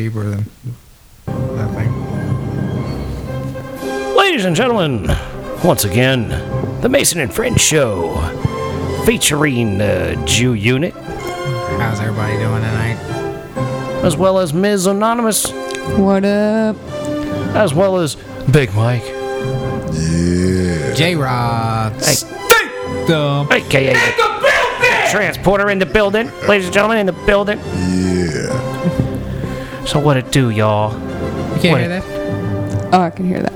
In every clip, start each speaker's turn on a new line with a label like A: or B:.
A: deeper than that thing.
B: Ladies and gentlemen, once again, the Mason and Friends Show featuring uh, Jew Unit
A: How's everybody doing tonight?
B: as well as Ms. Anonymous
C: What up?
B: as well as Big Mike,
A: J Rod.
B: Hey.
A: Dump.
B: aka Transporter in the building. Ladies and gentlemen, in the building. Yeah. So what it do, y'all?
A: You can't
B: Wait.
A: hear that?
C: Oh, I can hear that.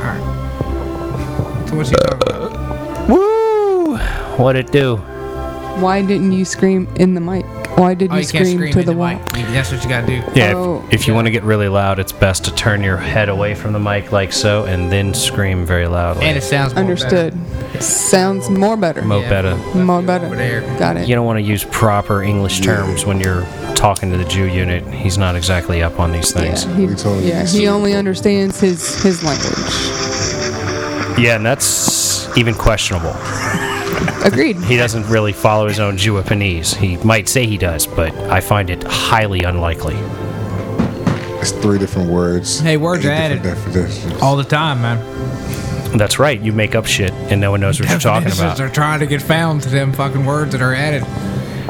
A: Alright. So what you talking about?
B: Woo! What it do?
C: Why didn't you scream in the mic? Why did
A: Oh,
C: you,
A: you
C: scream,
A: can't scream
C: to
A: in
C: the,
A: the
C: wall?
A: mic. That's what you gotta do.
B: Yeah, if-
C: Oh.
B: if, you want to get really loud, it's best to turn your head away from the mic like so and then scream very loudly.
A: And it sounds more
C: Understood. Sounds more better.
B: Mo
A: Yeah.
B: better.
C: More better.
A: Over there.
C: Got it.
B: You don't want to use proper English terms when you're talking to the Jew unit. He's not exactly up on these things.
C: Yeah, he,
D: We told him
C: yeah,
D: to
C: he
D: sue.
C: only understands his, his language.
B: Yeah, and that's even questionable.
C: Agreed.
B: He doesn't really follow his own Japanese. He might say he does, but I find it highly unlikely.
D: It's three different words.
A: Hey, words
D: eight
A: are added.
D: different Definitions.
A: All the time, man.
B: That's right, you make up shit and no one knows what you're talking
A: Definitions
B: about.
A: are trying to get found to them fucking words that are added.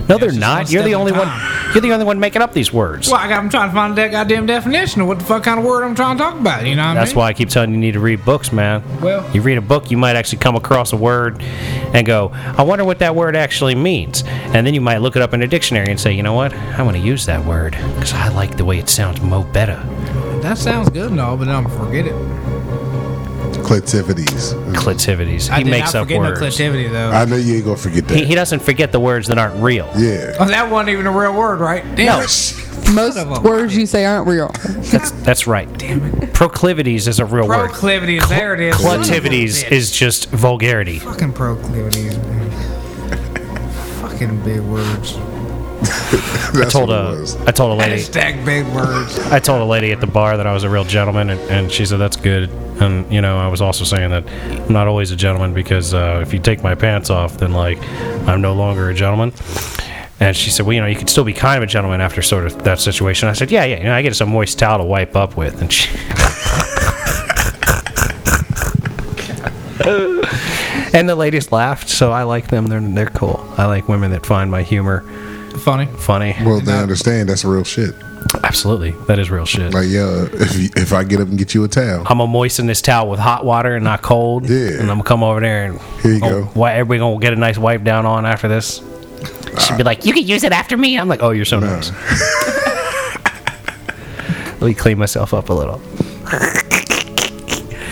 B: No, they're
A: just one
B: not. You're
A: step
B: the
A: at a
B: only one.
A: time.
B: You're the only one making up these words.
A: Well, I got, I'm trying to find that goddamn definition of what the fuck kind of word I'm trying to talk about. You know what
B: That's
A: I mean?
B: why I keep telling you, you need to read books, man.
A: Well-
B: you read a book, you might actually come across a word and go, I wonder what that word actually means. And then you might look it up in a dictionary and say, you know what? I'm going to use that word because I like the way it sounds mo better.
A: That's why that sounds good and all, but then I'm gonna forget it.
D: Clitivities.
B: Clitivities.
A: I
B: He
A: did
B: makes
A: not
B: up
A: forget
B: words.
A: no clitivity though.
D: I know you ain't gonna forget that.
B: he, he doesn't forget the words that aren't real.
D: yeah.
A: oh, that wasn't even a real word, right? Damn
B: No.
A: it.
C: Most
A: of a-
C: words you say aren't real.
B: That's right. Damn it. Proclivities is a real word.
A: Proclivities, there it is.
B: Clitivities
A: Son of a bitch.
B: is just vulgarity.
A: Fucking proclivities, man. Fucking big words.
D: That's
B: Told uh,
D: what it
B: a,
D: was.
B: I told a lady.
A: Hashtag big words.
B: I told a lady at the bar that I was a real gentleman, and, and she said, That's good. And, you know, I was also saying that I'm not always a gentleman because uh, if you take my pants off, then, like, I'm no longer a gentleman. And she said, Well, you know, you could still be kind of a gentleman after sort of that situation. I said, Yeah, yeah, you know, I get us a moist towel to wipe up with. And she. and the ladies laughed, so I like them. They're, they're cool. I like women that find my humor
A: Funny.
B: funny.
D: Well, they understand that's real shit.
B: Absolutely. That is real shit.
D: Like, yeah, if you, if I get up and get you a towel,
B: I'm gonna moisten this towel with hot water and not cold.
D: Yeah.
B: And I'm gonna come over there and
D: Here you go.
B: Why everybody gonna get a nice wipe down on after this? She'd be like, "You can use it after me." I'm like, "Oh, you're so nice." Let me clean myself up a little.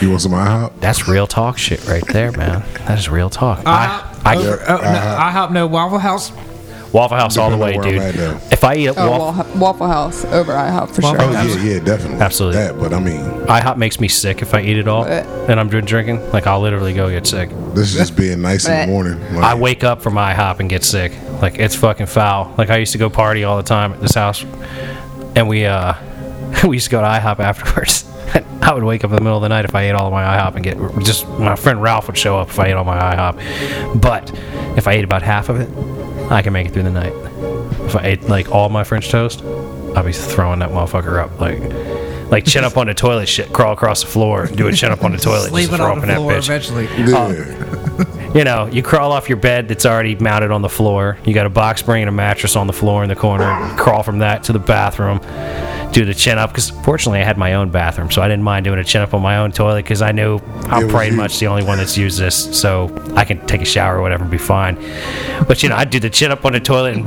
D: you want some IHOP?
B: That's real talk shit right there, man. That is real talk.
A: I,
B: I, I,
A: over, oh, no, I hope no Waffle House.
B: Waffle House all the way,
D: Depending
B: dude.
D: on where I'm at,
B: If I eat at
C: Oh,
B: Waffle,
C: Waffle, Waffle House over IHOP for
A: Waffle
C: sure.
D: Oh yeah, yeah, definitely.
B: Absolutely.
D: That, but I mean,
B: IHOP makes me sick if I eat it all,
C: Bleh.
B: and I'm dr- drinking. Like I'll literally go get sick.
D: this is just being nice in the
C: But-
D: morning. Like,
B: I wake up from IHOP and get sick. Like it's fucking foul. Like I used to go party all the time at this house, and we uh we used to go to IHOP afterwards. I would wake up in the middle of the night if I ate all of my IHOP and get just my friend Ralph would show up if I ate all my IHOP, but if I ate about half of it, I can make it through the night. If I ate like all my French toast, I'd be throwing that motherfucker up like. Like chin up on the toilet, shit. Crawl across the floor, do a chin up on the toilet, just
A: Leave it
B: throw
A: on
B: up in
A: the
B: that
A: floor
B: bitch
A: eventually.
B: uh,
D: yeah.
B: you know, you crawl off your bed that's already mounted on the floor. You got a box spring and a mattress on the floor in the corner. Crawl from that to the bathroom. Do the chin up because fortunately I had my own bathroom, so I didn't mind doing a chin up on my own toilet because I knew
D: It
B: I'm
D: was
B: pretty
D: you.
B: much the only one that's used this, so I can take a shower or whatever and be fine. But you know, I'd do the chin up on the toilet and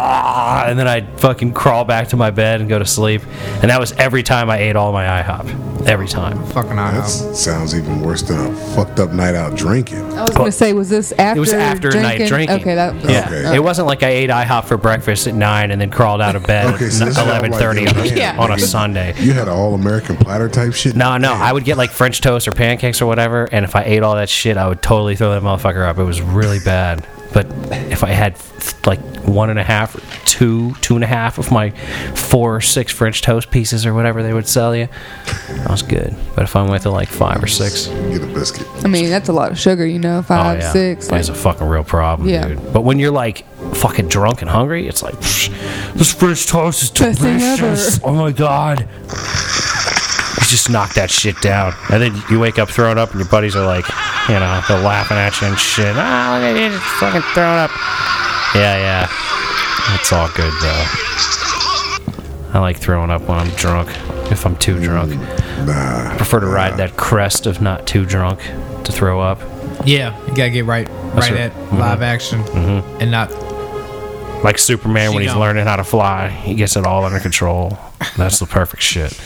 B: and then I'd fucking crawl back to my bed and go to sleep. And that was every time I ate all my IHOP. Every time.
A: Fucking
D: that
A: IHOP.
D: sounds even worse than a fucked up night out drinking.
C: I was going to say, was this after
B: It was after
C: drinking?
B: night drinking.
C: Okay, that
B: yeah.
D: Okay.
B: It wasn't like I ate IHOP for breakfast at nine and then crawled out of bed
D: Okay,
B: at
D: so this is not like
B: eleven thirty
D: your
B: on, a-
D: man.
B: on a
D: Okay.
B: Sunday.
D: You had an all American platter type shit.
B: No, no, I would get like French toast or pancakes or whatever, and if I ate all that shit, I would totally throw that motherfucker up. It was really bad. But if I had like one and a half, two, two and a half of my four or six French toast pieces or whatever they would sell you, I was good. But if I went to like five or six,
D: Get a biscuit.
C: I mean, that's a lot of sugar, you know, five,
B: oh, yeah.
C: six.
B: That's
C: Like,
B: a fucking real problem,
C: Yeah.
B: dude. But when you're like fucking drunk and hungry. It's like, "Psh, this French toast is
C: Best thing ever."
B: delicious. Oh my god. You just knock that shit down. And then you wake up throwing up, and your buddies are like, you know, they're laughing at you and shit. Ah, look at you, just fucking throwing up. Yeah, yeah. It's all good, though. I like throwing up when I'm drunk, if I'm too drunk.
C: Mm.
D: Nah.
B: prefer to ride that crest of not too drunk to throw up.
A: Yeah, you gotta get right, right
B: right. Mm-hmm.
A: at live action, and not.
B: Like Superman when he's
A: She don't.
B: learning how to fly, he gets it all under control. That's the perfect shit.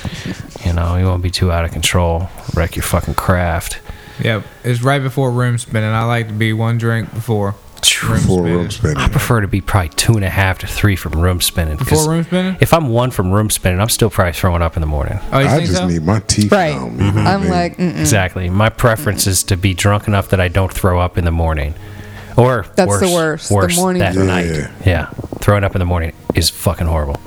B: You know, you won't be too out of control. Wreck your fucking craft.
A: Yeah, it's right before room spinning. I like to be one drink before
D: Full
A: spinning.
D: room spinning.
B: I prefer to be probably two and a half to three from room spinning. 'cause
A: Before room spinning?
B: If I'm one from room spinning, I'm still probably throwing up in the morning.
C: Mm.
A: Oh, you
D: I
A: think
D: just
A: so?
D: need my teeth
C: Right.
D: out.
B: Mm-hmm.
D: you know what I
C: I'm
D: mean?
C: like, mm-mm.
B: Exactly. My preference is to be drunk enough that I don't throw up in the morning. Or
C: That's
B: worse,
C: the worst, the
B: Worse
C: morning
B: that
D: Yeah.
B: night. Yeah, throwing up in the morning is fucking horrible.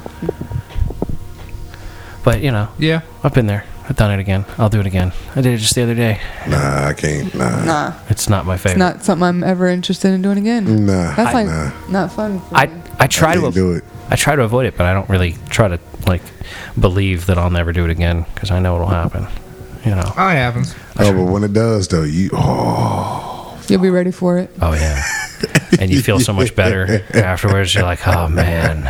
B: But you know,
A: yeah.
B: I've been there. I've done it again. I'll do it again. I did it just the other day.
D: nah, I can't. Nah.
C: nah,
B: It's not my favorite.
C: it's not something I'm ever interested in doing again.
D: Nah.
C: That's like
D: nah.
C: not fun. For
B: I
C: me.
B: I try to
D: can't do it.
B: I try to avoid it, but I don't really try to like believe that I'll never do it again because I know it'll happen. You know.
A: Oh, it happens.
D: Oh, but when it does, though, you. Oh.
C: You'll be ready for it.
B: Oh yeah. And you feel so much better afterwards. You're like, oh man,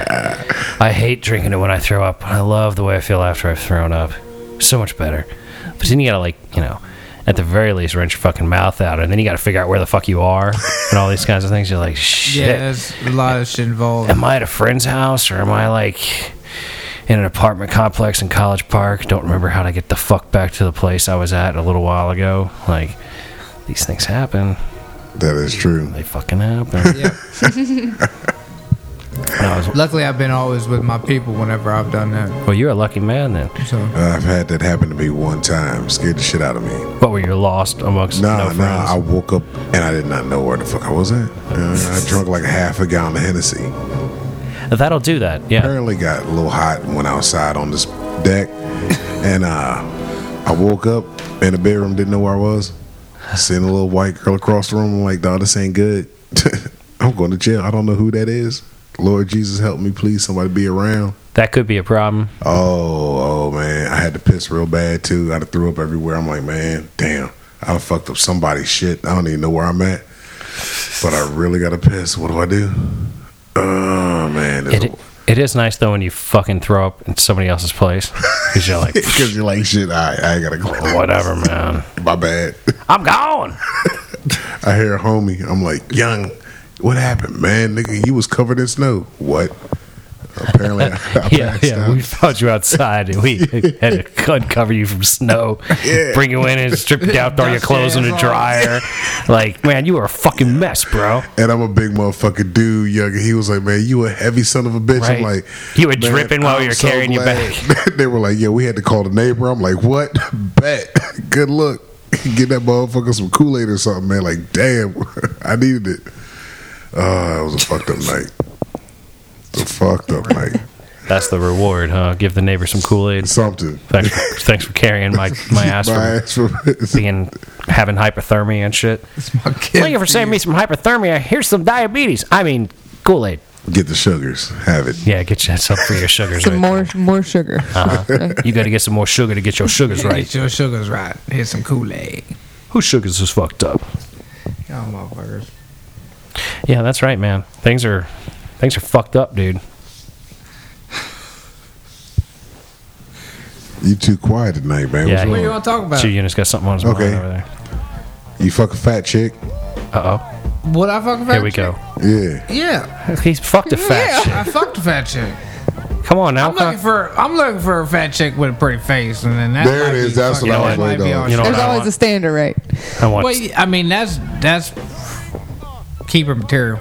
B: I hate drinking it when I throw up. but I love the way I feel after I've thrown up. So much better. But then you gotta like, you know, at the very least, wrench your fucking mouth out, and then you gotta figure out where the fuck you are and all these kinds of things. You're like, shit.
A: Yeah, there's a lot of shit involved.
B: am I at a friend's house or am I like in an apartment complex in College Park? Don't remember how to get the fuck back to the place I was at a little while ago. Like these things happen.
D: That is true.
B: They fucking happen.
A: Yeah.
B: And I was-
A: Luckily, I've been always with my people whenever I've done that.
B: well, you're a lucky man then.
A: So
D: I've had that happen to me one time. Scared the shit out of me.
B: What were you lost amongst
D: Nah,
B: no friends?
D: nah. I woke up and I did not know where the fuck I was at. Uh, I drunk like a half a gallon of Hennessy.
B: That'll do that. Yeah.
D: Apparently got a little hot and went outside on this deck. And uh, I woke up in the bedroom, didn't know where I was. Seeing a little white girl across the room. I'm like, dog, this ain't good. I'm going to jail. I don't know who that is. Lord Jesus, help me, please. Somebody be around.
B: That could be a problem.
D: Oh, oh man, I had to piss real bad too. I done threw up everywhere. I'm like, man, damn, I done fucked up somebody's shit. I don't even know where I'm at, but I really gotta piss. What do I do? Oh man,
B: It, it is nice though when you fucking throw up in somebody else's place because you're like,
D: because you're like shit. I I gotta go.
B: whatever, man.
D: My bad.
B: I'm gone.
D: I hear a homie. I'm like, young, what happened, man? Nigga, you was covered in snow. What? Apparently, I, I
B: Yeah,
D: passed
B: yeah.
D: out.
B: We found you outside, and we had to uncover you from snow,
D: Yeah.
B: bring you in, and strip you down, throw your
A: Dust
B: clothes in
A: your
B: the
A: ass
B: dryer. like, man, you were a fucking mess, bro.
D: And I'm a big motherfucking dude, young. And he was like, man, you a heavy son of a bitch.
B: Right.
D: I'm like,
B: You were
D: "Man,
B: dripping while
D: I'm
B: you were carrying your
D: glad." they were like, yeah, we had to call the neighbor. I'm like, what? Bet. Good luck. Get that motherfucker some Kool Aid or something, man. Like, damn, I needed it. Oh, it was a fucked up night. It's a fucked up night.
B: That's the reward, huh? Give the neighbor some Kool Aid.
D: Something.
B: Thanks, for- thanks for carrying my my ass
D: My
B: from
D: ass for-
B: being having hypothermia and shit.
A: it's my kid.
B: Thank you for saving me some hypothermia. Here's some diabetes. I mean, Kool Aid.
D: Get the sugars. Have it.
B: Yeah, get you some for your sugars.
C: Some
B: right.
C: more, more sugar.
B: You got to get some more sugar to get your sugars
A: Get
B: right.
A: your sugars right. Here's some Kool Aid.
B: Whose sugars is fucked up?
A: Y'all motherfuckers.
B: Yeah, that's right, man. Things are things are fucked up, dude.
D: You too quiet tonight, man.
B: Yeah,
D: What's
A: What
B: he-
A: do you
D: wrong?
A: want to talk about?
B: Two units got something on his
D: Okay.
B: mind over there.
D: You fuck a fat chick.
B: Uh
A: What I fucking
B: oh.
A: fat
B: Here we
A: chick?
B: go.
D: Yeah.
A: Yeah.
B: He's fucked a fat
A: yeah, I fucked a fat chick.
B: chick. Come on now.
A: I'm looking for I'm looking for a fat chick with a pretty face, and then that
D: There it
A: might
D: is.
A: Be
D: That's
A: fucking-
D: what
B: I was
A: that might
D: waiting
A: be
D: on.
A: our
B: You know
C: There's
B: what I
C: always
B: want?
C: a standard, right?
B: I want
A: Well, I mean that's that's keeper material.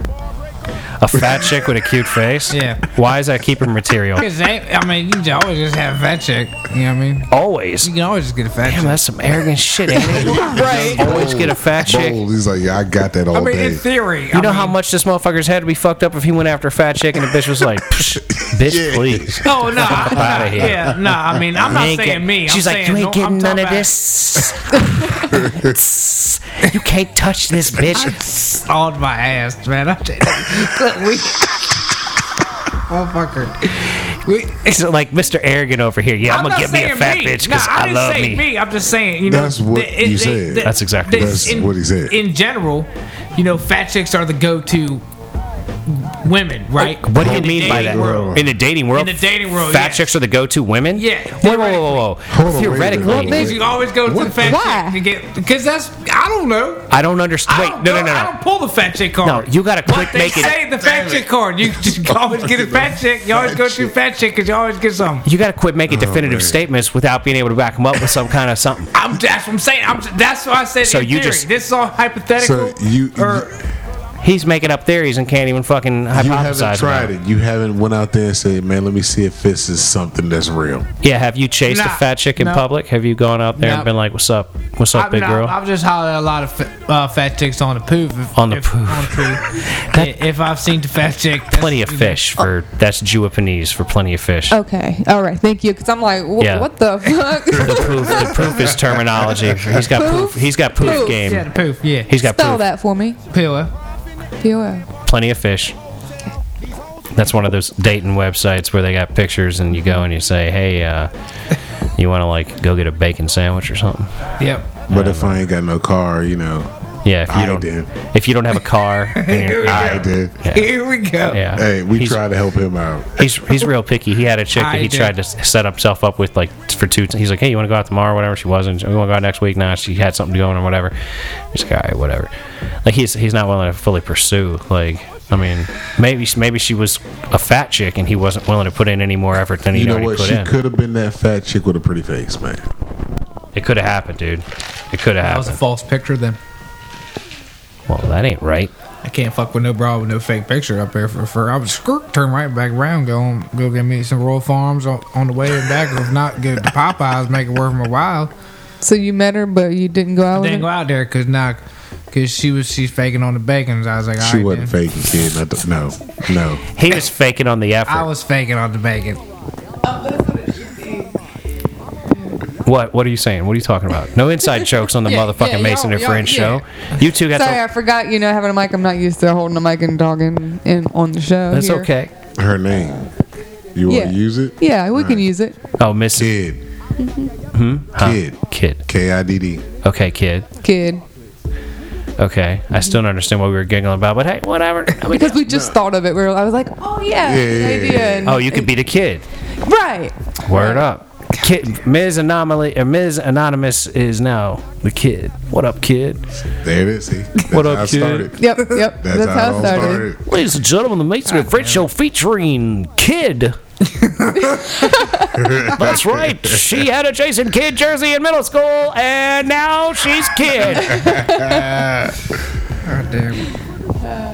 B: a fat chick with a cute face.
A: Yeah.
B: Why is that keeping material?
A: Cause they, I mean, you can always just have a fat chick. You know what I mean?
B: Always.
A: You can always just get a fat
B: Damn,
A: chick.
B: that's some arrogant shit. ain't it?
C: Right.
B: Always get a fat chick.
D: Bold. He's like, yeah, I got that all
A: I mean,
D: day.
A: in theory,
B: You
A: I
B: know
A: mean,
B: how much this motherfucker's head would be fucked up if he went after a fat chick and the bitch was like, "Psh, bitch,
D: Yeah.
B: please.
A: Oh no!
B: outta here.
A: Yeah, no. I mean, I'm not
B: You ain't
A: saying
B: get-
A: me. I'm
B: She's
A: saying
B: like, you
A: no-
B: ain't
A: I'm
B: getting none
A: talking
B: of
A: about
B: this. you can't touch this bitch.
A: On my ass, man. I'm saying, we. Oh fucker. We,
B: It's like Mr. Arrogant over here. Yeah, I'm,
A: not
B: gonna get me a
A: saying
B: fat
A: me.
B: bitch because
A: Nah,
B: I,
A: didn't
B: love
A: say
B: me.
A: I'm just saying. You know,
D: That's what you said.
B: That's exactly
D: what That's what he said.
A: In general, you know, fat chicks are the go-to women, right?
B: What do you
A: In the
B: mean by
A: dating
B: that?
A: world.
B: In the dating world,
A: In the dating world,
B: fat
A: yeah.
B: chicks are the go-to women.
A: Yeah,
B: Whoa, whoa, whoa, whoa!
D: Hold on, wait a minute,
B: Theoretically,
D: hold on, wait.
A: You always go to
D: What?
A: the fat
C: Why?
A: chick to get because that's I don't know.
B: I don't
A: I
B: understand.
A: don't
B: Wait, no,
A: go-
B: no, no,
A: I
B: no.
A: don't pull the fat chick card.
B: No, you gotta
A: But
B: click
A: they
B: make it-
A: say the fat chick card. You just always get a fat chick. You always go to fat chick because you always get something.
B: You got to quit making definitive
D: man.
B: statements without being able to back them up with some kind of something.
A: I'm, that's what I'm saying. I'm, that's why I said.
B: So
A: in
B: you
A: theory.
B: just-
A: this is all hypothetical.
D: So you-
A: or
B: He's making up theories and can't even fucking hypothesize.
D: You haven't
B: about
D: tried it. You haven't went out there and said, "Man, let me see if this is something that's real."
B: Yeah, have you chased a
A: Nah,
B: fat chick in
A: no.
B: public? Have you gone out there
A: No.
B: and been like, "What's up? What's up,
A: I've,
B: big
A: not-
B: girl?"
A: I've just hollered at a lot of fa- uh, fat chicks on the poof. If,
B: On the
A: if,
B: poof.
A: On the poof. I- if I've seen the fat chick, that's-
B: plenty of fish for that's Japanese for plenty of fish.
C: Okay. All right. Thank you. Because I'm like, wh-
B: Yeah.
C: what the fuck?
B: The poof, the poof is terminology. He's got poof.
C: Poof?
B: He's got poof,
C: Poof.
B: game.
A: Yeah, the poof. Yeah,
B: He's got
C: Spell
B: poof.
C: that for me.
A: pillow.
C: P-O-L.
B: Plenty of fish. That's one of those dating websites where they got pictures and you go and you say, "Hey, uh, you want to like go get a bacon sandwich or something?"
A: Yep.
D: But if I ain't got no car, you know,
B: Yeah, if you
D: I
B: don't
D: did.
B: if you don't have a car, then you're,
D: I did.
A: Here we go.
B: yeah.
D: Hey, we
B: He's-
D: try to help him out.
B: He's he's real picky. He had a chick
A: I
B: that he
A: did.
B: tried to s- set himself up with like t- for two. He's like, hey, you want to go out tomorrow? Whatever. She wasn't. We want to go out next week. Nah, she had something going or whatever. He's like, all right, whatever. Like he's he's not willing to fully pursue. Like I mean, maybe she- maybe she was a fat chick and he wasn't willing to put in any more effort than he
D: You know
B: already
D: what?
B: put
D: She
B: in.
D: could have been that fat chick with a pretty face, man.
B: It could have happened, dude. It could have
A: That was a
B: happened.
A: false picture. Then
B: well, that ain't right.
A: I can't fuck with no bra with no fake picture up there for for. I would skirt turn right back around, go on, go get me some Royal Farms on, on the way and back. Or if not, go to Popeyes, make it worth my while.
C: So you met her, but you didn't go out with
A: Didn't go
C: her?
A: out there because now, because she was she's faking on the bacon. I was like, all
D: She
A: right,
D: wasn't
A: then.
D: faking, kid. I don't- No, no.
B: He was faking on the effort.
A: I was faking on the bacon.
B: What What are you saying? What are you talking about? No inside jokes on the
A: Yeah,
B: motherfucking
A: yeah,
B: Mason
A: y'all-
B: and
A: y'all-
B: Friends
A: yeah.
B: show. You two got
C: Sorry,
B: the.
C: I forgot, you know, having a mic. I'm not used to holding a mic and talking in, on the show.
B: That's
C: here.
B: okay.
D: Her name. You want
C: Yeah.
D: to use it?
C: Yeah, we can use it.
B: Oh, Miss
D: Kid.
A: Mm-hmm.
B: Hmm? Huh?
D: Kid.
B: Kid.
D: K I D D.
B: Okay, kid.
C: Kid.
B: Okay. I still don't understand what we were giggling about, but hey, whatever. I mean,
C: Because we just thought of it. We were, I was like, oh, yeah.
D: Yeah,
C: good
D: yeah,
C: idea.
D: yeah.
C: And-
B: oh, you could be the kid.
C: Right.
B: Word up. Kid, Ms. Anomaly, uh, Ms. Anonymous is now the kid. What up, kid?
D: There it is. See? That's
B: What up,
D: how I
B: kid?
D: started.
C: Yep, yep.
D: That's, how, it all started.
B: Ladies and gentlemen, the Mason and Fred show featuring Kid. That's right. She had a Jason Kid jersey in middle school, and now she's Kid.
A: God damn.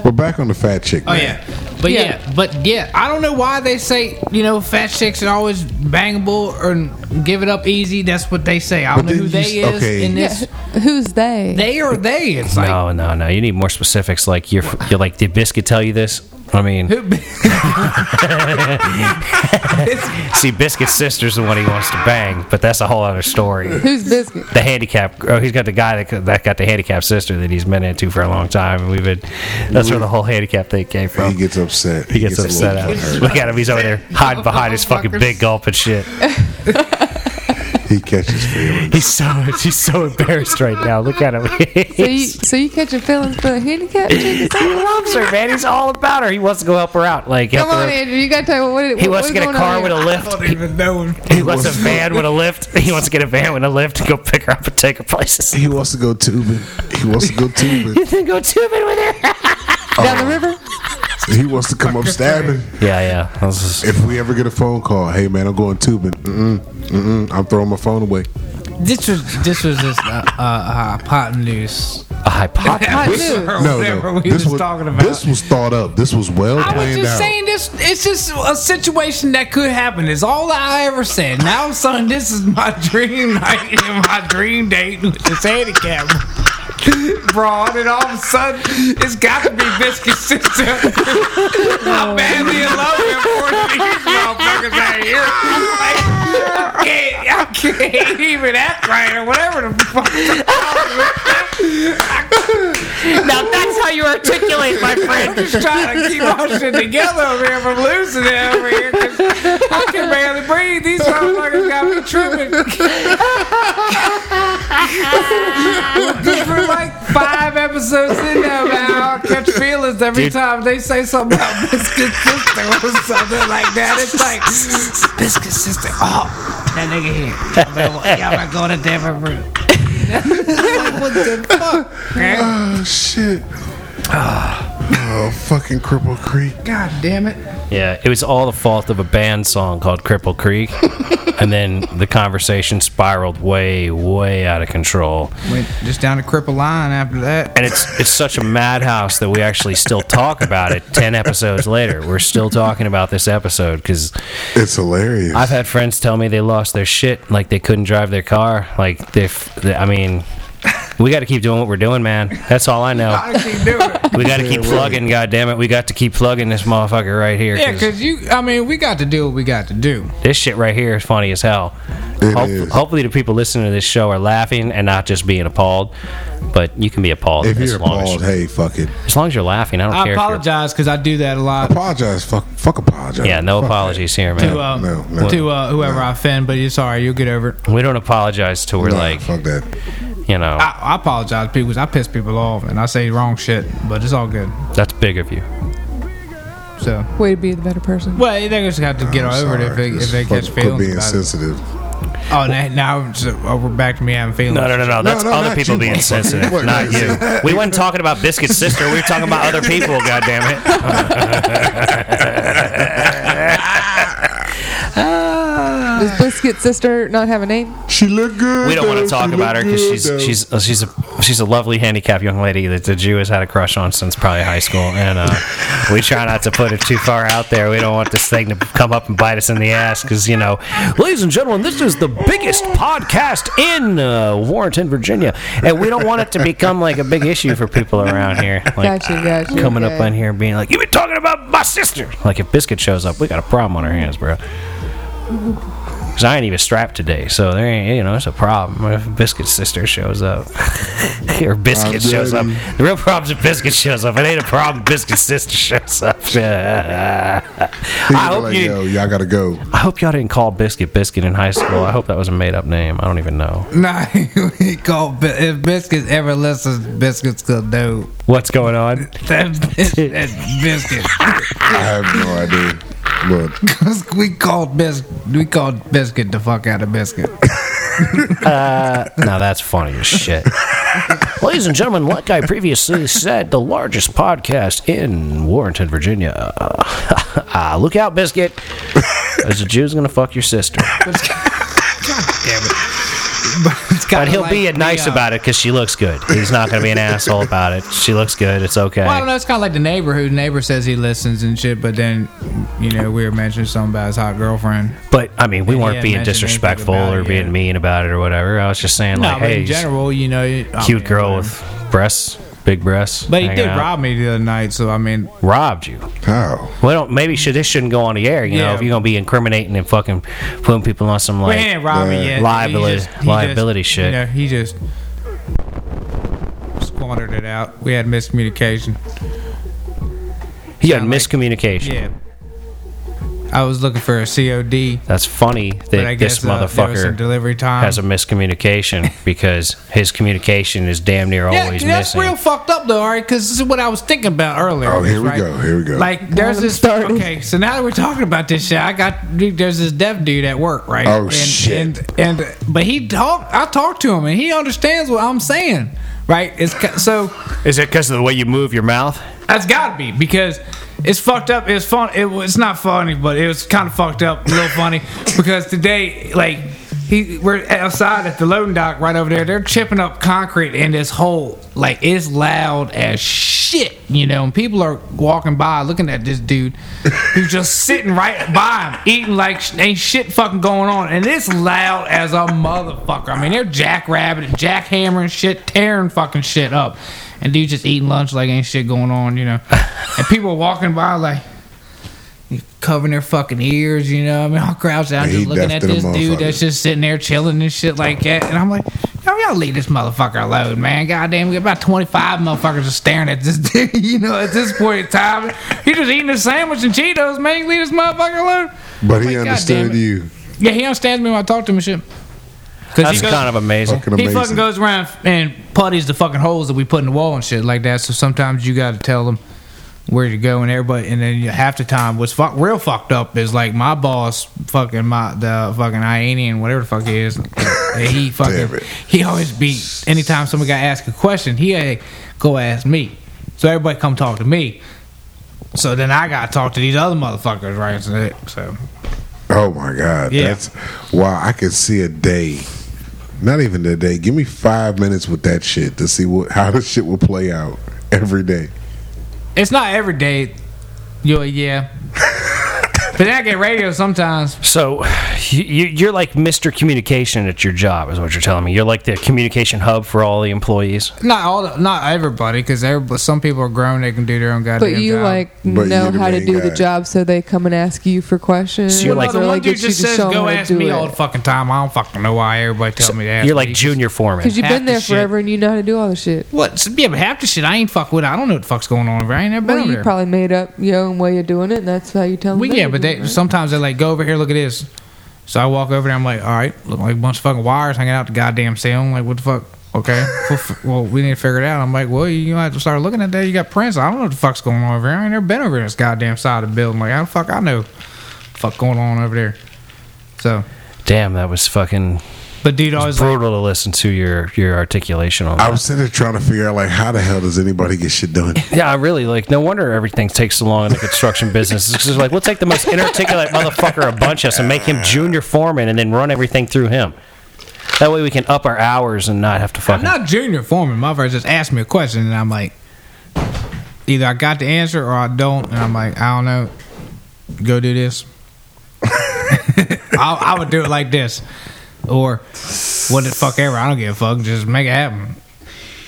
D: We're back on the fat chick.
A: Oh
D: man.
A: yeah. But yeah.
C: Yeah.
A: but yeah, I don't know why they say you know fat chicks are always bangable or give it up easy. That's what they say. I don't
D: But
A: know who
D: then
A: they
D: you s-
A: is
D: okay.
A: in
C: Yeah.
A: this.
C: Who's they?
A: They or they? It's like
B: No, no, no. You need more specifics. Like you're, you're like, did Biscuit tell you this? I mean,
A: who?
B: See, Biscuit's sister's the one he wants to bang, but that's a whole other story.
C: Who's Biscuit?
B: The handicap. Oh, he's got the guy that, that got the handicap sister that he's been into for a long time, and we've been. That's where the whole handicap thing came
D: He
B: from.
D: gets upset.
B: He gets,
D: a
B: upset.
D: little
B: At us.
D: hurt.
B: Look at him. He's over there hiding behind his fucking
A: Motherfuckers.
B: big gulp and shit.
D: He catches feelings.
B: He's so he's so embarrassed right now. Look at him.
C: So you, so you catch your feelings for the handicap? chick?
B: he loves her, man. He's all about her. He wants to go help her out. Like
C: Come
B: help her-
C: on, Andrew. You got to tell me what it
B: He wants to get a car with a lift.
A: I don't even know. him.
B: He wants a van with a lift. He wants to get a van with a lift to go pick her up and take her places.
D: He wants to go tubing. He wants to go tubing.
B: Then go tubing with her.
C: Down the river?
D: He wants to come up stabbing.
B: Yeah, yeah. That was just-
D: If we ever get a phone call, hey man, I'm going tubing. Mm-mm, mm-mm, I'm throwing my phone away.
A: This was this was just uh, uh, uh, pot and news.
B: a hypothesis.
C: Hot news.
A: Or
D: No,
A: whatever
D: no.
A: we
D: This
A: was
D: was,
A: talking about.
D: this was thought up. This was well
A: I was
D: planned
A: just
D: out.
A: saying this. It's just a situation that could happen. Is all I ever said. Now, son, this is my dream night and my dream date with this handicap broad, and all of a sudden, it's got to be Biscuit's sister. I'm
E: Oh.
A: badly in love with four of these motherfuckers out here. Like, I can't, I can't even act right or whatever the fuck. I
E: Now that's how you articulate, my friend.
A: just trying to keep our shit together over here from losing it over here. 'cause I can barely breathe. These motherfuckers got me tripping. We're we're like five episodes in now, man. I catch feelings every
B: Dude.
A: time they say something about biscuit sister or something like that. It's like biscuit sister. Oh, that nigga here. I'm gonna- Y'all gonna go to different room. like, what the fuck, man?
D: Oh shit. Oh fucking Cripple Creek.
A: God damn it.
B: Yeah, it was all the fault of a band song called Cripple Creek. and then the conversation spiraled way, way out of control.
A: Went just down to cripple line after that.
B: And it's it's such a madhouse that we actually still talk about it 10 episodes later. We're still talking about this episode cuz
D: It's hilarious.
B: I've had friends tell me they lost their shit, like they couldn't drive their car, like they, f- they I mean, we got to keep doing what we're doing, man. That's all I know.
A: I keep doing it.
B: We got to keep plugging, goddamn it. We got to keep plugging this motherfucker right here.
A: Yeah,
B: 'cause-
A: because you, I mean, we got to do what we got to do.
B: this shit right here is funny as hell.
D: It
B: Hope-
D: is.
B: Hopefully, the people listening to this show are laughing and not just being appalled. But you can be appalled
D: if
B: as
D: you're
B: long
D: appalled,
B: as
D: hey, fuck it.
B: as long as you're laughing. I don't
A: I
B: care. if you're-
A: apologize because I do that a lot
D: Apologize. Fuck. Fuck. Apologize.
B: yeah, no
D: Fuck
B: apologies here,
A: to,
B: man.
A: uh,
D: No, no.
A: to uh, whoever I offend, but it's all right. You'll get over it.
B: We don't apologize till we're
D: Nah,
B: like,
D: fuck that.
B: you know,
A: I, I apologize to people 'cause I piss people off and I say wrong shit, but it's all good.
B: that's big of you.
A: So,
C: Way to be the better person.
A: well, they just have to get
D: I'm
A: over it if
D: sorry.
A: they, if
D: Just
A: they
D: fuck-
A: catch
D: Quit
A: feelings.
D: being
A: About it.
D: sensitive.
A: Oh, now, now it's, uh, we're back to me having feelings.
B: No, no, no, no. That's
D: no,
B: other
D: not
B: people
D: you,
B: being
D: motherfucker.
B: sensitive,
D: What,
B: not
D: not
B: you.
D: you.
B: We weren't talking about Biscuit's sister. We were talking about other people. God damn it.
C: Does Biscuit Sister not have a name?
D: She look good.
B: we don't want
D: though.
B: to talk
D: She
B: about her
D: look
B: because
D: good,
B: she's
D: though.
B: she's uh, she's a she's a lovely handicapped young lady that the Jew has had a crush on since probably high school, and uh, we try not to put it too far out there. We don't want this thing to come up and bite us in the ass because you know, ladies and gentlemen, this is the biggest podcast in uh, Warrenton, Virginia, and we don't want it to become like a big issue for people around here. Like,
C: Gotcha, gotcha.
B: Coming up
C: Okay.
B: on here and being like, you've been talking about my sister. Like, if Biscuit shows up, we got a problem on our hands, bro. Cause I ain't even strapped today, so there ain't you know it's a problem. If Biscuit's sister shows up, or Biscuit
D: I'm
B: shows up,
D: ready.
B: the real problem's if Biscuit shows up. It ain't a problem. if Biscuit's sister shows up. I
D: People
B: hope
D: like,
B: you.
D: Yo, y'all gotta go.
B: I hope y'all didn't call Biscuit Biscuit in high school. I hope that was a made up name. I don't even know
A: Nah, he called, Bi- if Biscuits ever listens, Biscuits could do.
B: what's going on.
A: That, that Biscuit.
D: I have no idea. But
A: Cause we called bis- we called biscuit the fuck out of biscuit.
B: Now that's funny as shit. Ladies and gentlemen, like I previously said, the largest podcast in Warrenton, Virginia. Ah, look out, Biscuit. As a Jew's gonna fuck your sister,
A: It's kinda
B: but he'll
A: like
B: be
A: the,
B: nice
A: uh,
B: about it because she looks good. He's not gonna be an asshole about it. She looks good. It's okay.
A: Well, I don't know. It's kind of like the neighbor who neighbor says he listens and shit, but then you know we were mentioning something about his hot girlfriend.
B: But I mean, we
A: Yeah,
B: weren't
A: yeah,
B: being
A: mention anything
B: disrespectful
A: about
B: or
A: it,
B: being
A: yeah.
B: mean about it or whatever. I was just saying,
A: No,
B: like,
A: but
B: hey,
A: in general, you know, you- I
B: cute
A: mean,
B: girl
A: whatever.
B: with breasts, big breasts.
A: But he
B: hanging
A: did
B: out.
A: rob me the other night, so I mean,
B: robbed you.
D: how?
B: Well, don't, maybe should, this shouldn't go on the air. You know,
A: Yeah.
B: if you're gonna be incriminating and fucking putting people on some
A: well,
B: like
A: he didn't rob
D: uh,
A: me yet.
B: liability- liability
A: just,
B: shit.
A: You know, he just squandered it out. We had miscommunication.
B: you had
A: sound like-
B: miscommunication.
A: Yeah, I was looking for a COD,
B: That's funny
A: but I
B: that
A: guess
B: this
A: uh, there was some um,
B: motherfucker
A: delivery time.
B: has a miscommunication because his communication is damn near
A: Yeah,
B: always
A: that's
B: missing.
A: real fucked up though, all right? Because this is what I was thinking about earlier.
D: Oh, here we
A: right?
D: go, here we go.
A: Like, there's
C: I'm
A: this.
C: starting.
A: Okay, so now that we're talking about this shit, I got dude, there's this deaf dude at work, right?
D: Oh, shit.
A: And, and but he talk, I talked to him, and he understands what I'm saying, right? It's ca- so
B: Is it because of the way you move your mouth?
A: that's got to be because it's fucked up. It's fun. It was it's not funny, but it was kind of fucked up, a little funny because today, like, he we're outside at the loading dock right over there. They're chipping up concrete in this hole. Like it's loud as shit, you know. And people are walking by looking at this dude who's just sitting right by him, eating like sh- ain't shit fucking going on. And it's loud as a motherfucker. I mean, they're jackrabbit, jackhammering shit, tearing fucking shit up and dude just eating lunch like ain't shit going on, you know. and people walking by like covering their fucking ears, you know. what I mean, I'll crouch down
D: Man, he
A: just looking
D: deaf
A: at
D: to the
A: this dude
D: motherfucker. Oh.
A: that's just sitting there chilling and shit like that. And I'm like, y'all y'all leave this motherfucker alone, man. Goddamn, we got about 25 motherfuckers are staring at this dude, you know, at this point in time. He just eating a sandwich and Cheetos, man. You Leave this motherfucker alone.
D: But he
A: Like,
D: understood
A: goddamn it.
D: you.
A: Yeah, he understands me when I talk to him and shit. Cause
B: That's
A: he goes,
B: kind of amazing.
D: Fucking
A: he
D: amazing.
A: fucking goes around and putties the fucking holes that we put in the wall and shit like that. So sometimes you got to tell them where to go and everybody. And then you- half the time, what's fuck, real fucked up is like my boss, fucking my the fucking Iranian, whatever the fuck he is. he
D: Damn
A: fucking
D: it.
A: he always be anytime somebody got asked a question, he hey, go ask me. So everybody come talk to me. So then I gotta talk to these other motherfuckers, right? So, so
D: Oh my God.
A: Yeah.
D: That's wow, I could see a day. Not even a day. Give me five minutes with that shit to see what how this shit will play out every day.
A: It's not every day. You yeah. but then I get radio sometimes.
B: So, you, you- you're like Mr. Communication at your job, is what you're telling me. You're like the communication hub for all the employees.
A: Not all, the, not everybody, because some people are grown. They can do their own goddamn.
C: But you
A: job.
C: like
D: But
C: know
D: you're the
C: how to
D: main
C: do
D: guy.
C: the job, so they come and ask you for questions.
B: So you're
C: or
B: like-
A: the
C: they
A: one
C: get
A: dude just
C: you to
A: says,
C: show 'em
A: "Go
C: how to
A: ask
C: do
A: me
C: it."
A: all the fucking time." I don't fucking know why everybody tell me that.
B: You're like junior foreman.
C: Cause you've
A: half
C: been
A: the
C: there
A: shit.
C: forever and you know how to do all the shit.
A: What? So, yeah, but half the shit I ain't fuck with. I don't know what the fuck's going on. over there. I ain't never been
C: Well,
A: over
C: you
A: there.
C: probably made up your own way of doing it, and that's how you tell them.
A: Well, yeah, but they, sometimes they're like, "Go over here, look at this." So I walk over there. I'm like, "All right, look like a bunch of fucking wires hanging out the goddamn ceiling. like, what the fuck? Okay, well, f- well, we need to figure it out." I'm like, "Well, you gonna have to start looking at that. You got prints. I don't know what the fuck's going on over here. I ain't never been over this goddamn side of the building. Like, how the fuck I know, fuck going on over there." So,
B: Damn, that was fucking
A: but dude, always like,
B: brutal to listen to your your articulation on
D: I
B: that.
D: was sitting there trying to figure out like how the hell does anybody get shit done?
B: yeah, I really like. No wonder everything takes so long in the construction business. It's just like we'll take the most inarticulate motherfucker a bunch of us and make him junior foreman, and then run everything through him. That way we can up our hours and not have to
A: I'm
B: fucking.
A: not junior foreman. My first just asked me a question, and I'm like, either I got the answer or I don't, and I'm like, I don't know. Go do this. I, I would do it like this, or what the fuck ever. I don't give a fuck. Just make it happen.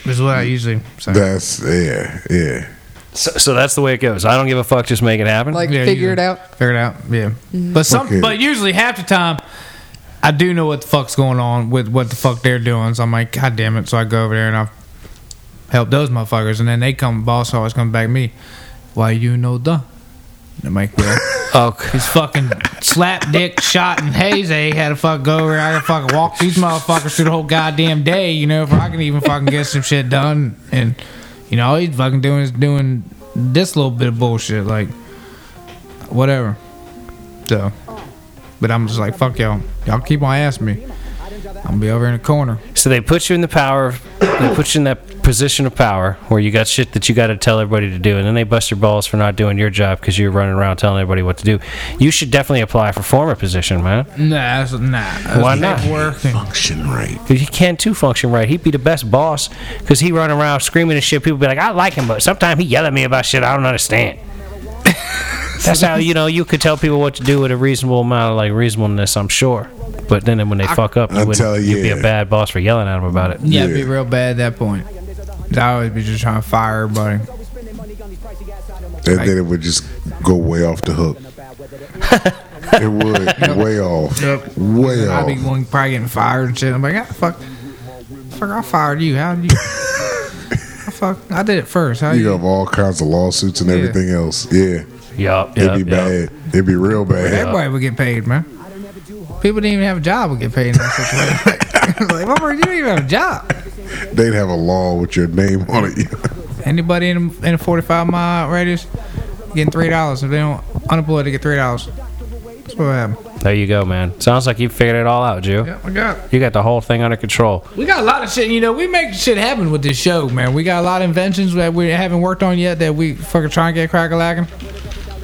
A: This is what I usually say.
D: That's yeah, yeah.
B: so, so that's the way it goes. I don't give a fuck. Just make it happen.
C: like
A: Yeah,
C: figure
A: you-
C: it out. Mm-hmm.
A: Figure it out. Yeah. But some,
D: Okay.
A: but usually half the time, I do know what the fuck's going on with what the fuck they're doing. So I'm like, God damn it! So I go over there and I help those motherfuckers, and then they come. Boss always comes back to me. Why you no done? And I'm like, well,
B: okay.
A: he's fucking slap dick shot and hazy had to fuck go over. I gotta fucking walk these motherfuckers through the whole goddamn day, you know, if I can even fucking get some shit done. And you know, all he's fucking doing is doing this little bit of bullshit, like whatever. So, but I'm just like, fuck y'all. Y'all keep on asking me. I'm gonna be over in the corner.
B: So they put you in the power. They put you in that position of power where you got shit that you got to tell everybody to do, and then they bust your balls for not doing your job because you're running around telling everybody what to do. You should definitely apply for former position, man.
A: Nah, that's, nah. That's
B: Why not?
A: paperwork and-
D: Function right.
B: 'Cause He can too function right. He'd be the best boss because he run around screaming and shit. People be like, I like him, but sometimes he yell at me about shit I don't understand. That's how you know you could tell people what to do with a reasonable amount of like reasonableness, I'm sure. But then when they fuck up, you
D: I'll
B: would
D: tell you,
B: you'd be a
D: yeah.
B: bad boss for yelling at them about it.
A: Yeah,
D: Yeah.
A: it'd be real bad at that point. I always be just trying to fire everybody.
D: And then it would just go way off the hook. it would way off,
A: Yep.
D: way
A: I'd be
D: off.
A: going, probably getting fired and shit. I'm like, ah, fuck, fuck, I fired you. How did you? I fuck, I did it first. How
D: You
A: you?
D: have all kinds of lawsuits and everything else. Yeah,
B: Yup,
D: it'd
B: yup,
D: be
B: yup.
D: bad. It'd be real bad.
A: Everybody would get paid, man. People didn't even have a job would get paid in that situation. like, motherfucker, you didn't even have a job.
D: They'd have a law with your name on it.
A: Anybody in a, in a 45 mile radius getting three dollars. If they don't unemployed, they get three dollars. That's what happened.
B: There you go, man. Sounds like you figured it all out, Jew.
A: Yeah, I got.
B: You got the whole thing under control.
A: We got a lot of shit. You know, we make shit happen with this show, man. We got a lot of inventions that we haven't worked on yet that we fucking trying to get crack a lacking.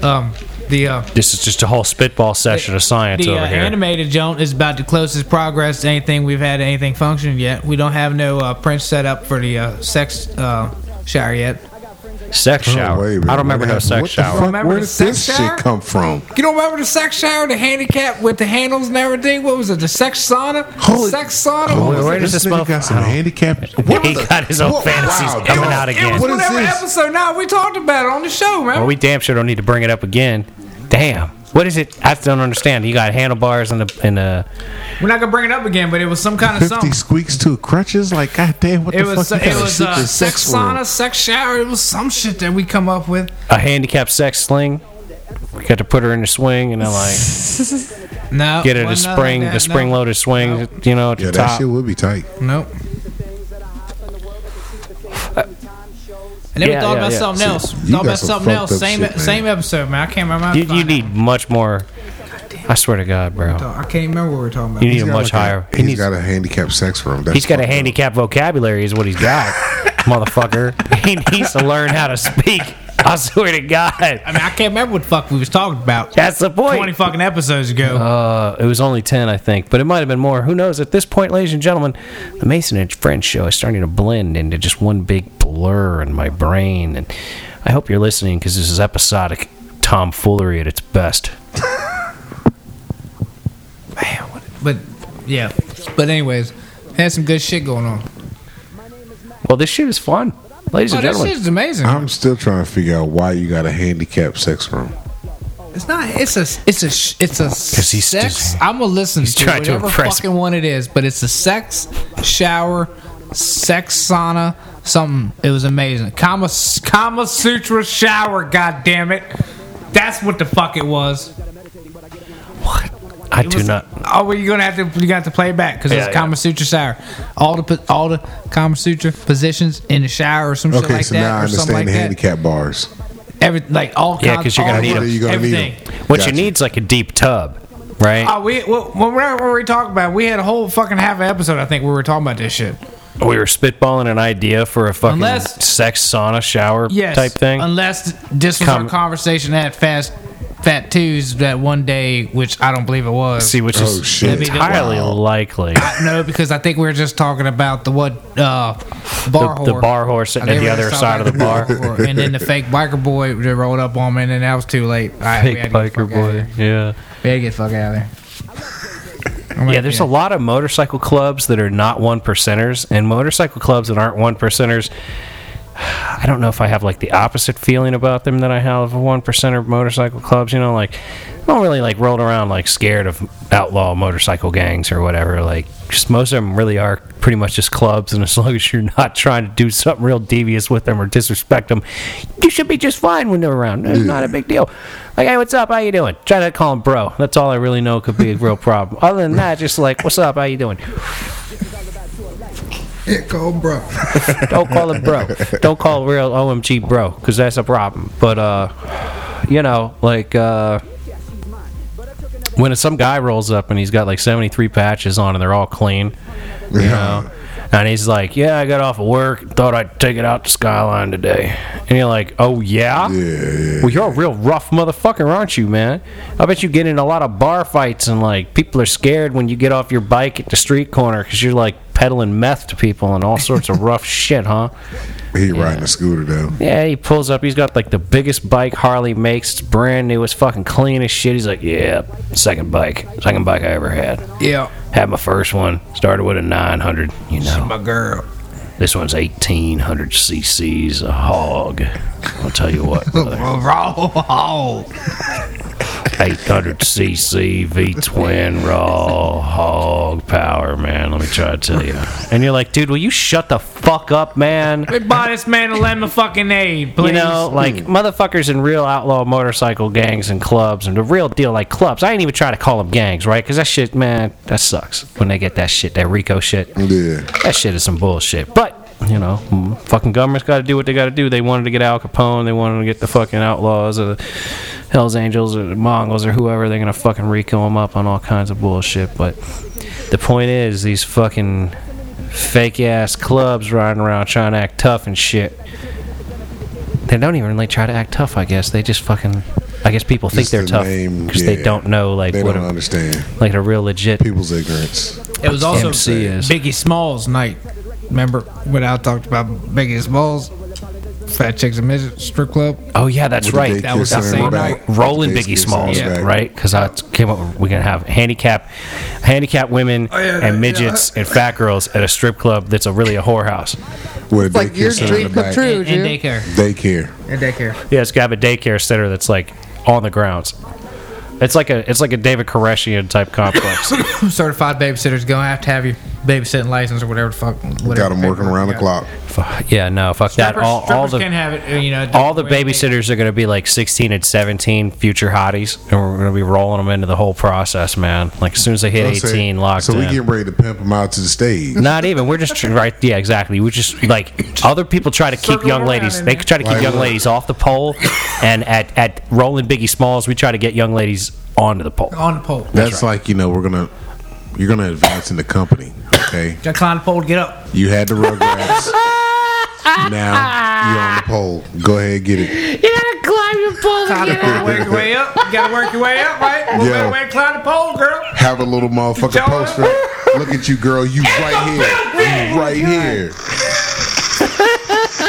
A: Um, the uh,
B: This is just a whole spitball session of science
A: the uh,
B: over here.
A: animated joint is about the closest progress to anything we've had to anything functioning yet. We don't have no uh, print set up for the uh, sex uh, shower yet.
B: sex shower.
D: Oh, Wait a minute,
B: I don't remember
D: what
B: no
D: happened?
B: sex
D: What the
B: shower.
D: fuck?
A: Remember
D: Where
A: the
D: did
A: sex
D: this
A: shower?
D: shit come from?
A: You don't remember the sex shower, the handicap with the handles and everything? What was it? The sex sauna?
D: Holy-
A: sex sauna?
D: Oh,
A: What was
B: where
A: it?
B: does this
D: nigga
B: motherfucker-
D: got
A: Oh.
D: some
B: I don't-
D: handicap?
B: he got his own
D: Whoa,
B: fantasies
D: wow,
B: coming
D: dude.
B: out
A: It
B: again.
A: was
D: What is
A: whatever
D: this?
A: episode. Now we talked about it on the show, man.
B: Well, we damn sure don't need to bring it up again. Damn. What is it? I don't understand. You got handlebars and a and a.
A: We're not gonna bring it up again, but it was some kind of
D: Fifty
A: something.
D: squeaks to crutches. Like goddamn, what
A: It
D: the
A: was
D: fuck?
A: it
D: kind of
A: was uh,
D: secret
A: sex
D: world?
A: sauna, sex shower. It was some shit that we come up with.
B: a handicapped sex sling. We got to put her in a swing and then like
A: No,
B: get her to
A: wasn't nothing
B: spring
A: like
B: the
A: that,
B: spring
A: no.
B: loaded swing. You know, at
D: Yeah,
B: the
D: that
B: top.
D: shit would be tight.
A: Nope. I never
B: Yeah,
A: thought
B: yeah,
A: about
B: yeah.
A: something
D: See,
A: else.
D: you
A: Thought
D: got
A: about
D: some
A: something
D: fucked
A: else.
D: up
A: Same
D: shit, man.
A: same episode, man. I can't remember. I'm
B: you, you
A: fine.
B: need much more. I swear to God, bro.
A: I can't remember what we were talking about.
B: You need a
D: got
B: much
D: like a-
B: higher. he
D: he's
B: needs,
D: got a handicapped sex room. That's
B: he's got a
D: fucked up.
B: handicapped vocabulary, is what he's got, motherfucker. He needs to learn how to speak. I swear to
A: I
B: God,
A: mean, I can't remember what the fuck we was talking about.
B: that's the
A: Twenty
B: point.
A: fucking episodes ago.
B: Uh, it was only ten, I think, but it might have been more. Who knows? At this point, ladies and gentlemen, the Mason and Friends show is starting to blend into just one big blur in my brain, and I hope you're listening because this is episodic tomfoolery at its best.
A: but yeah. But anyways, had some good shit going on.
B: Well, this shit is fun, ladies
A: Oh,
B: and
A: this
B: gentlemen.
A: shit's amazing.
D: I'm still trying to figure out why you got a handicapped sex room.
A: It's not. It's a. It's a. sh- It's a.
B: he's
A: sex.
B: just-
A: I'm gonna listen to
B: trying to
A: whatever
B: impress
A: fucking one it is, but it's a sex shower, sex sauna, something. It was amazing. Kama Kama Sutra shower. God damn it. That's what the fuck it was.
B: I
A: It
B: do
A: was-
B: not.
A: Oh, well, you're gonna have to you got to play it back because
B: Yeah,
A: it's
B: yeah.
A: Kama Sutra shower. All the po- all the Kama Sutra positions in the shower or some shit
D: Okay,
A: like
D: so
A: that
D: now I
A: or something
D: understand
A: like
D: the
A: that.
D: handicap bars.
A: Every like all
B: Yeah,
A: kinds-
B: 'cause you're gonna
A: all
B: need
A: the-
B: 'em.
D: You're gonna need 'em.
A: everything.
B: What
D: Gotcha.
B: you need's like a deep tub, right?
A: Oh, we well, when we when we talking about, it, we had a whole fucking half an episode. I think we were talking about this shit.
B: we were spitballing an idea for a fucking
A: Unless-
B: sex sauna shower
A: Yes,
B: type thing.
A: Unless this was
B: Com-
A: our conversation at Fast Fat Twos that one day, which I don't believe it was.
B: See, which
D: Oh,
B: is
D: shit. That'd be the-
B: entirely
D: Wow.
B: likely.
A: no, because I think we were just talking about the what uh, bar
B: The-
A: whore.
B: the bar whore sitting
A: I think
B: at the
A: we were
B: other
A: just
B: side of
A: talking
B: the
A: about
B: bar.
A: whore. and then the fake biker boy that rolled up on me, and then that was too late. All right,
B: Big
A: we had to get the
B: biker
A: fuck out of
B: boy.
A: here.
B: Yeah.
A: We had to get the fuck out of there. I'm
B: Yeah,
A: like,
B: there's a lot of motorcycle clubs that are not one percenters, and motorcycle clubs that aren't one percenters. I don't know if I have like the opposite feeling about them that I have of one percenter motorcycle clubs. You know, like I don't really like roll around like scared of outlaw motorcycle gangs or whatever. Like, just most of them really are pretty much just clubs, and as long as you're not trying to do something real devious with them or disrespect them, you should be just fine when they're around. It's not a big deal. Like, hey, what's up? How you doing? Try to call him bro. That's all I really know could be a real problem. Other than that, just like, what's up? How you doing?
A: Yeah, go, bro.
B: don't call it bro. Don't call it real OMG bro, because that's a problem. But uh, you know, like uh, when some guy rolls up and he's got like seventy three patches on and they're all clean, you know, and he's like, "Yeah, I got off of work, thought I'd take it out to Skyline today," and you're like, "Oh yeah."
D: Yeah, yeah.
B: Well, you're a real rough motherfucker, aren't you, man? I bet you get in a lot of bar fights and like people are scared when you get off your bike at the street corner because you're like peddling meth to people and all sorts of rough shit, huh?
D: He riding a scooter though.
B: Yeah, he pulls up. He's got like the biggest bike Harley makes. It's brand new. It's fucking clean as shit. He's like, yeah, second bike, second bike I ever had.
A: Yeah,
B: Had my first one. Started with a 900. You know,
A: my girl.
B: this one's 1800 cc's. A hog. I'll tell you what, brother.
A: Raw hog.
B: 800cc V twin raw hog power, man. Let me try to tell you. And you're like, dude, will you shut the fuck up, man?
A: We buy this man a lemon fucking aid, please.
B: You know, like motherfuckers in real outlaw motorcycle gangs and clubs and the real deal, like clubs. I ain't even try to call them gangs, right? Because that shit, man, that sucks when they get that shit, that Rico shit.
D: Yeah.
B: That shit is some bullshit. But you know, mm, fucking government's got to do what they got to do. They wanted to get Al Capone. They wanted to get the fucking outlaws or the Hell's Angels or the Mongols or whoever. They're gonna fucking Rico them up on all kinds of bullshit. But the point is, these fucking fake ass clubs riding around trying to act tough and shit. They don't even really try to act tough. I guess they just fucking. I guess people think
D: Just
B: they're
D: the
B: tough
D: name,
B: because they
D: yeah.
B: don't know like
D: They
B: what
D: don't
B: a,
D: understand
B: like a real legit
D: people's ignorance.
A: It was also
B: MC is.
A: Biggie Smalls night. Remember when I talked about Biggie Smalls, Fat Chicks and Midget Strip Club?
B: Oh yeah, that's
D: With the
B: right.
D: big
A: That was
D: kiss
A: the
D: on
A: same
D: her
A: night.
D: back.
B: Rolling
D: Big
B: Biggie
D: kiss on her
B: Smalls,
D: back.
B: right? Because I came up. We're gonna have handicap, handicap women
F: Oh,
B: and midgets and fat girls at a strip club that's a really a whorehouse.
D: With a
C: Like
D: big
C: your
D: kiss on her
C: dream come
D: back.
C: true,
A: And, and
C: dude.
A: daycare.
D: Daycare.
A: And daycare.
B: Yeah, it's got a daycare center that's like on the grounds. It's like a it's like a David Koreshian type complex.
F: Certified babysitter's gonna have to have your babysitting license or whatever the fuck. Whatever
D: Got them working
F: paperwork
D: around
F: you
D: the
F: got.
D: clock.
B: Fuck, yeah, no, fuck that.
F: Strippers-
B: All, all
F: strippers
B: the
F: can have it. uh, You know,
B: all the
F: way they-
B: babysitters are going to be like 16 and 17 future hotties and we're going to be rolling them into the whole process man like as soon as they hit
D: I'll say-
B: 18 locked
D: So
B: in
D: we getting ready to pimp them out to the stage.
B: not even we're just right yeah exactly we just like other people try to keep
F: Circle
B: young
F: around
B: ladies
F: in
B: they
F: there.
B: try to keep
D: Right,
B: young
D: look.
B: ladies off the pole and at at rolling biggie smalls we try to get young ladies onto the pole
F: on the pole.
D: That's like you know we're gonna you're gonna advance in the company. Okay,
F: Gotta climb the pole to get up.
D: you had the rugrats. now you're on the pole. Go ahead, get it.
G: You gotta climb your pole to
F: Climb the
G: get
F: pole,
G: out.
F: work your way up. You gotta work your way up, right? A little
D: Yeah.
F: bit of way to climb the pole, girl.
D: Have a little motherfucking
F: Tell
D: poster. Look at you, girl. You right here. You right here.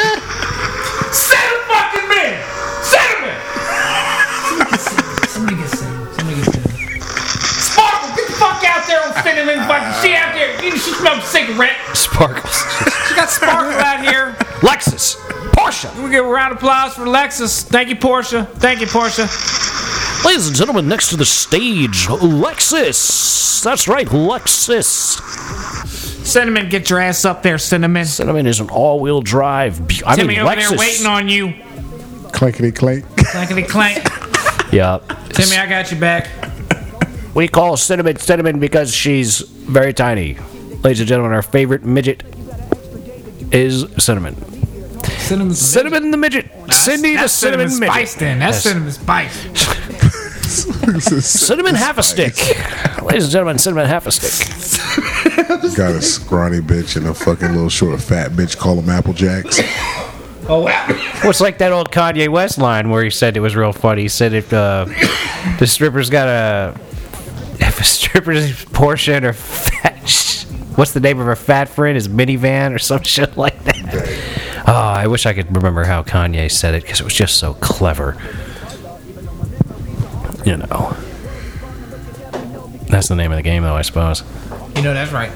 F: Set a fucking man. Set a man. Somebody get cinnamon. Somebody get cinnamon. Sparkle, get the fuck out there on cinnamon fucking. She out there. You know, she smokes cigarette.
B: sparkles
F: She got sparkle out here.
B: lexus porsche
F: We give a round of applause for Lexus. Thank you, Portia. Thank you, Portia.
B: Ladies and gentlemen, next to the stage, Lexus. That's right, Lexus.
F: Cinnamon, get your ass up there, Cinnamon.
B: Cinnamon is an all-wheel drive. be- I
F: Timmy
B: mean,
F: over
B: Lexus.
F: there waiting on you.
D: Clankety clank.
F: Clankety clank.
B: yeah.
F: Timmy, I got you back.
B: We call Cinnamon Cinnamon because she's very tiny. Ladies and gentlemen, our favorite midget is Cinnamon.
F: Cinnamon.
B: Cinnamon the midget. Cindy the
F: That's
B: cinnamon,
F: cinnamon spice,
B: midget.
F: then.
B: Yes.
F: That's cinnamon spice.
B: Cinnamon half a stick. Ladies and gentlemen, cinnamon half a stick.
D: Got a scrawny bitch and a fucking little short fat bitch. Call them Apple Jacks.
F: Oh, wow.
B: Well, it's like that old Kanye West line where he said it was real funny. He said if uh, the strippers got a if a stripper's portion or fat, sh- what's the name of her fat friend? His minivan or some shit like that. Oh, I wish I could remember how Kanye said it because it was just so clever. You know, that's the name of the game, though, I suppose.
F: You know, that's right.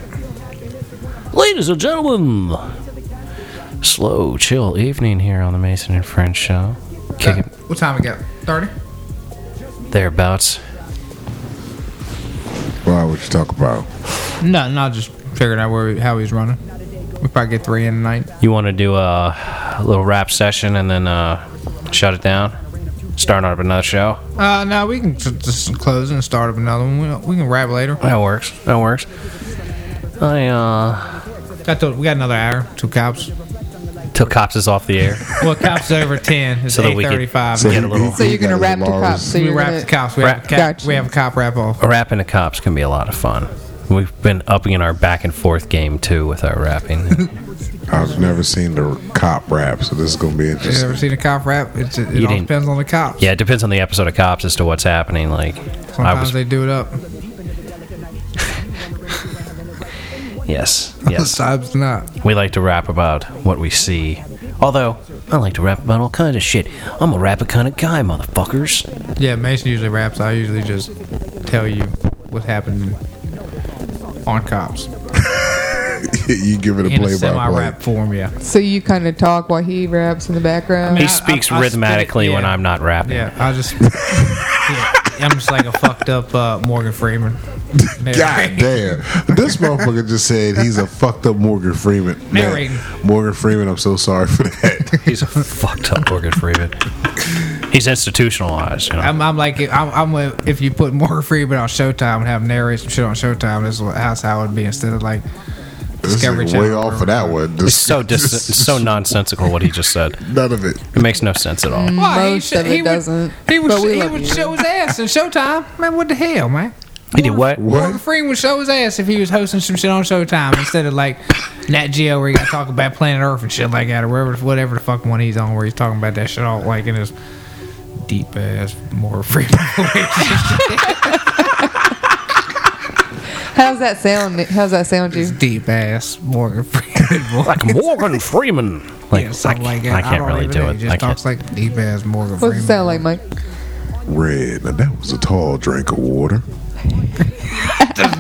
B: Ladies and gentlemen, slow, chill evening here on the Mason and French show. Kick it.
F: What time we got? 30?
B: thereabouts.
D: Wow, what you talk about?
F: No, no, just figured out where how he was running. We probably get three in tonight.
B: You want to do a, little rap session and then uh, shut it down? Start up another show?
F: Uh, no, we can ju- just close and start up another one. We, don't- we can wrap later.
B: That works. That works. I uh,
F: Got to, we got another hour. Two cops.
B: till cops is off the air.
F: Well, cops over ten. It's
B: So that
F: eight
B: we can-
F: thirty-five.
B: so- Get a little-
C: So you're gonna rap the cops. So
F: we
C: you're
F: wrap
C: gonna
F: the cops. We have, a
B: Wrap-
F: cop,
C: Gotcha.
F: we have a cop wrap off.
B: rapping to cops can be a lot of fun. We've been upping our back and forth game too with our rapping.
D: I've never seen the cop rap, so this is gonna be
F: You
D: interesting.
F: ever seen a cop rap? It's, it
B: You
F: all
B: didn't-
F: depends on the cops.
B: yeah, it depends on the episode of cops as to what's happening. Like, I
F: Sometimes
B: was
F: they do it up.
B: yes, yes.
F: Sometimes not.
B: We like to rap about what we see. Although I like to rap about all kinds of shit. I'm a rapper kind of guy, motherfuckers.
F: Yeah, Mason usually raps. I usually just tell you what happened on cops
D: you give it a
F: in a
D: play by play.
F: semi-rap form. Yeah.
C: So you kind of talk while he raps in the background.
B: He
F: I-
B: speaks
F: I- I spit it,
B: rhythmatically when
F: yeah.
B: I'm not rapping.
F: Yeah, I just. yeah, I'm just like a fucked up uh, Morgan Freeman.
D: God damn. This motherfucker just said he's a fucked up Morgan Freeman. Man,
F: Narrating.
D: Morgan Freeman, I'm so sorry for that.
B: He's a fucked up Morgan Freeman. He's institutionalized. You know?
F: I'm, I'm like, I'm, I'm a, if you put Morgan Freeman on Showtime and have him narrate some shit on Showtime, that's, what, that's how it would be instead of like
D: This
F: Discovery
D: is way
F: Channel.
D: off of that one.
B: it's
D: This,
B: so dis- it's so nonsensical what he just said.
D: none of it.
B: It makes no sense at all.
F: Well,
C: Most of it doesn't,
F: Would, he would,
C: but we
F: he
C: love
F: would
C: you.
F: show his ass in Showtime. Man, what the hell, man?
B: He did what?
F: Morgan
D: What?
F: Freeman would show his ass if he was hosting some shit on Showtime instead of like Nat Geo where he got to talk about Planet Earth and shit like that or wherever, whatever the fuck one he's on where he's talking about that shit all like in his deep ass Morgan Freeman voice.
C: How's that sound? Nick? How's that sound, you?
F: deep ass Morgan Freeman voice.
B: Like Morgan Freeman. Like,
F: Yeah,
B: I,
F: something like
B: can't-
F: that.
B: I can't
F: don't
B: really
F: even
B: do
F: know.
B: it.
F: He just
B: I can't.
F: talks like deep ass Morgan
C: What's it
F: Freeman.
C: sound like, Mike?
D: Red. Now that was a tall drink of water.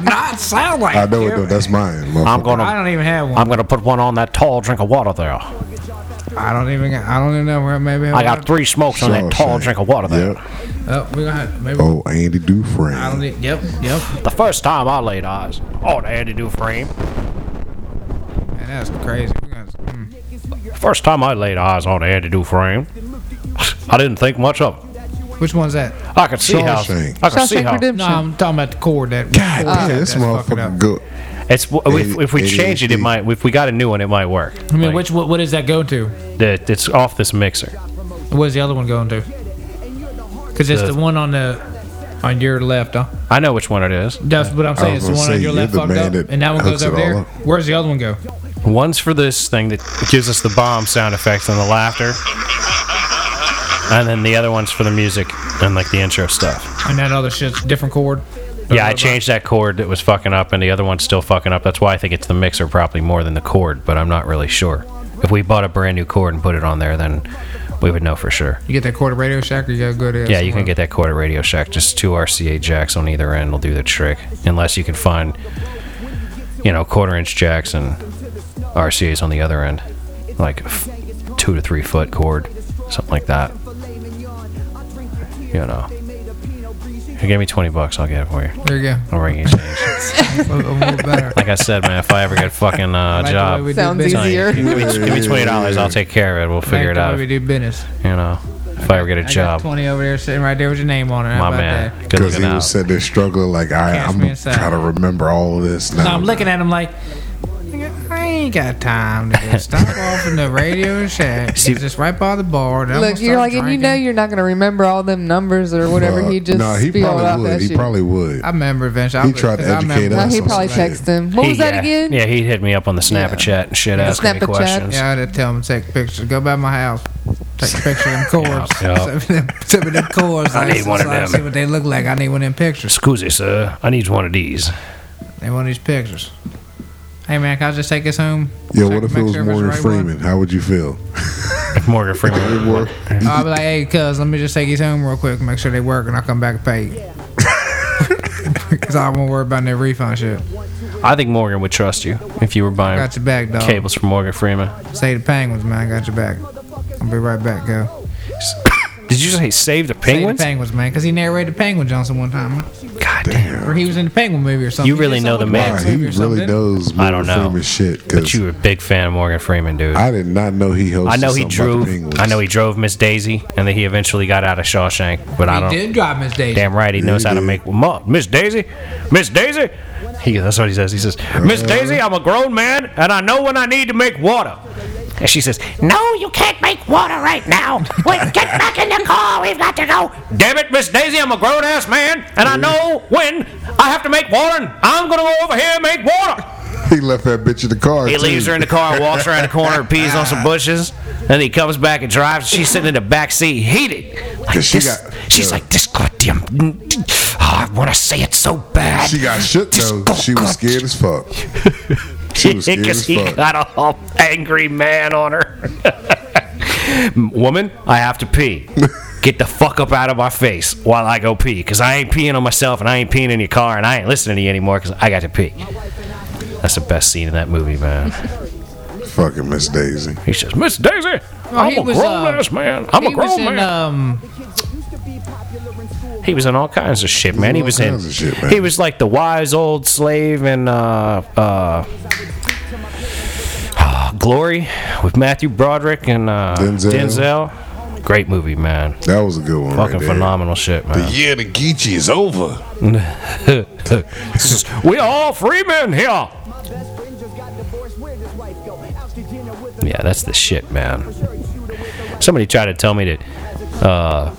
F: Not sound like.
D: I know it though. That's mine. motherfucker.
B: I'm gonna
F: I don't even have one.
B: I'm gonna put one on that tall drink of water there.
F: I don't even. I don't even know where maybe.
B: I got three smokes on that tall
D: Shawshank.
B: drink of water there.
D: Yep.
A: Oh, we gonna have maybe.
D: Oh, Andy
A: I don't
D: Dufresne.
A: need. Yep, yep.
B: The first time I laid eyes on Andy Dufresne,
A: Man, that's crazy. We gonna- mm.
B: first time I laid eyes on Andy Dufresne, I didn't think much of him.
A: Which one's that?
B: I could see how
D: Shawshank.
B: I could see
C: Shawshank
B: how
C: Redemption.
A: No, I'm talking about the cord. That
D: God
A: cord
D: damn, this
A: that's fucking
D: motherfucker
A: up.
D: good.
B: it's if, if we
D: ADHD.
B: change it, it might. If we got a new one, it might work.
A: I mean, which what, what does that go to?
B: That it's off this mixer.
A: Where's the other one going to? Because it's
B: The-
A: the one on the on your left, huh?
B: I know which one it is.
A: That's what I'm saying. It's
D: was
A: the
D: gonna
A: one
D: say,
A: on your
D: you're
A: left
D: the
A: fucked
D: man
A: up,
D: that
A: and that one goes
D: hooks it
A: over
D: all
A: there.
D: up.
A: Where's the other one go?
B: One's for this thing that gives us the bomb sound effects and the laughter, and then the other one's for the music and like the intro stuff.
A: And that other shit's different chord.
B: Yeah, I changed that chord that was fucking up, and the other one's still fucking up. That's why I think it's the mixer probably more than the chord, but I'm not really sure. If we bought a brand new chord and put it on there, then we would know for sure.
A: You get that chord at Radio Shack, or you gotta go to
B: Yeah, you can get that chord at Radio Shack. Just two RCA jacks on either end will do the trick, unless you can find, you know, quarter inch jacks and RCAs on the other end, like a f- two to three foot cord, something like that. You know, you give me twenty bucks, I'll get it for you.
A: There you go.
B: I'll bring you change.
A: A little better.
B: Like I said, man, if I ever get a fucking uh,
A: the way
B: job,
A: we do
C: Sounds
A: business.
B: tell you,
C: easier.
B: give me, give me twenty dollars, I'll take care of it. We'll
A: like
B: figure it
A: the way
B: out.
A: We do business.
B: You know, if I ever get a
A: I got
B: job,
A: twenty over there sitting right there with your name on it. How
B: my
A: about
B: man,
A: that?
B: good
D: Because he
B: looking
D: was
B: out.
D: sitting there struggling, like, all right,
A: Cash
D: I'm
A: me inside.
D: trying to remember all of this now.
A: No, I'm looking at him like. nigga, I ain't got time to just stop off in the radio shack. It's just right by the bar. And I'm
C: Look,
A: gonna
C: you're
A: start
C: like, and you know
A: drinking.
C: you're not gonna remember all them numbers or whatever.
D: Fuck.
C: he just
D: Nah, he
C: spilled out
D: probably
C: that
D: would. He
C: shit.
D: probably would.
A: I remember eventually.
D: He
A: I was-
D: tried to
A: 'cause I
D: educate
A: remember-
C: No, he
D: That's
C: probably
D: some shit.
C: texted him. What
B: He-
C: was that
B: yeah.
C: again?
B: Yeah, he hit me up on the Snapchat chat and shit, asking me
C: Snapchat.
B: questions.
A: Yeah, I had to tell him to take pictures. Go by my house. Take a picture of them cords.
B: Yeah, yeah.
A: Send me them- Send me them cords.
B: I need
A: Like,
B: one of
A: so I can
B: them.
A: See what they look like. I need one of them pictures.
B: Excuse me, sir. I need one of these.
A: They want these pictures. Hey man, can I just take this home?
D: Yo,
A: Check-
D: what if
A: make
D: it was
A: sure it's
D: Morgan
A: the right one?
D: Freeman? How would you feel?
B: If Morgan Freeman.
D: Or-
A: I'll be like, hey, cuz, let me just take these home real quick, make sure they work, and I'll come back and pay you. Because I won't worry about no refund shit.
B: I think Morgan would trust you if you were buying
A: Got your back, dog.
B: cables from Morgan Freeman.
A: Say the penguins, man. Got your back. I'll be right back, go.
B: Did you say save
A: Say the
B: the penguins?
A: penguins, man, because he narrated the penguin Johnson one time. huh?
B: God damn.
A: Or he was in the penguin movie or something.
B: You
A: He
B: really
A: did
B: know
A: something
B: the
A: with
B: man.
D: Wow,
A: Penguin
D: he
A: movie or
D: really
A: something, didn't
D: knows
B: I don't
D: Morgan
B: know.
D: Freeman shit.
B: But
D: Cause
B: you were a big fan of Morgan Freeman, dude. I,
D: I did not know he hosted.
B: know he
D: something about
B: drove.
D: the Penguins.
B: I know he drove Miss Daisy, and then he eventually got out of Shawshank. But I
A: he?
B: don't.
A: He did drive Miss Daisy.
B: Damn right, he knows how to
D: did.
B: make well, Ma, Miss Daisy, Miss Daisy. He, that's what he says. He says, Miss
A: Uh-huh.
B: Daisy, I'm a grown man, and I know when I need to make water. And she says, No, you can't make water right now. Wait, get back in the car. We've got to go. Damn it, Miss Daisy, I'm a grown ass man, and I know when I have to make water, and I'm gonna go over here and make water.
D: He left that bitch in the car.
B: He
D: too.
B: leaves her in the car, walks around the corner, pees on some bushes, and he comes back and drives. She's sitting in the back seat, heated. Like
D: 'Cause she
B: this-
D: got-
B: she's
D: yeah.
B: like this goddamn. Oh, I want to say it so bad.
D: She got shook
B: This
D: though.
B: go-
D: She was
B: go-
D: scared as fuck. She was scared as
B: Because he
D: fuck.
B: got a whole angry man on her. Woman, I have to pee. Get the fuck up out of my face while I go pee, because I ain't peeing on myself and I ain't peeing in your car and I ain't listening to you anymore because I got to pee. That's the best scene in that movie, man.
D: Fucking Miss Daisy.
B: He says, Miss Daisy, I'm
A: he
B: a
A: was,
B: grown
A: uh,
B: ass man. I'm a
A: He was
B: grown
A: in
B: man.
A: um,
B: he was in all kinds of shit, man. He
D: all
B: was in.
D: kinds of shit, man.
B: He was like the wise old slave in uh, uh, Glory with Matthew Broderick and uh,
D: Denzel.
B: Denzel. Great movie, man.
D: That was a good one.
B: Fucking
D: right there.
B: phenomenal shit, man.
D: Yeah, the Geechee is over.
B: We're all free men here. Yeah, that's the shit, man. Somebody tried to tell me that uh,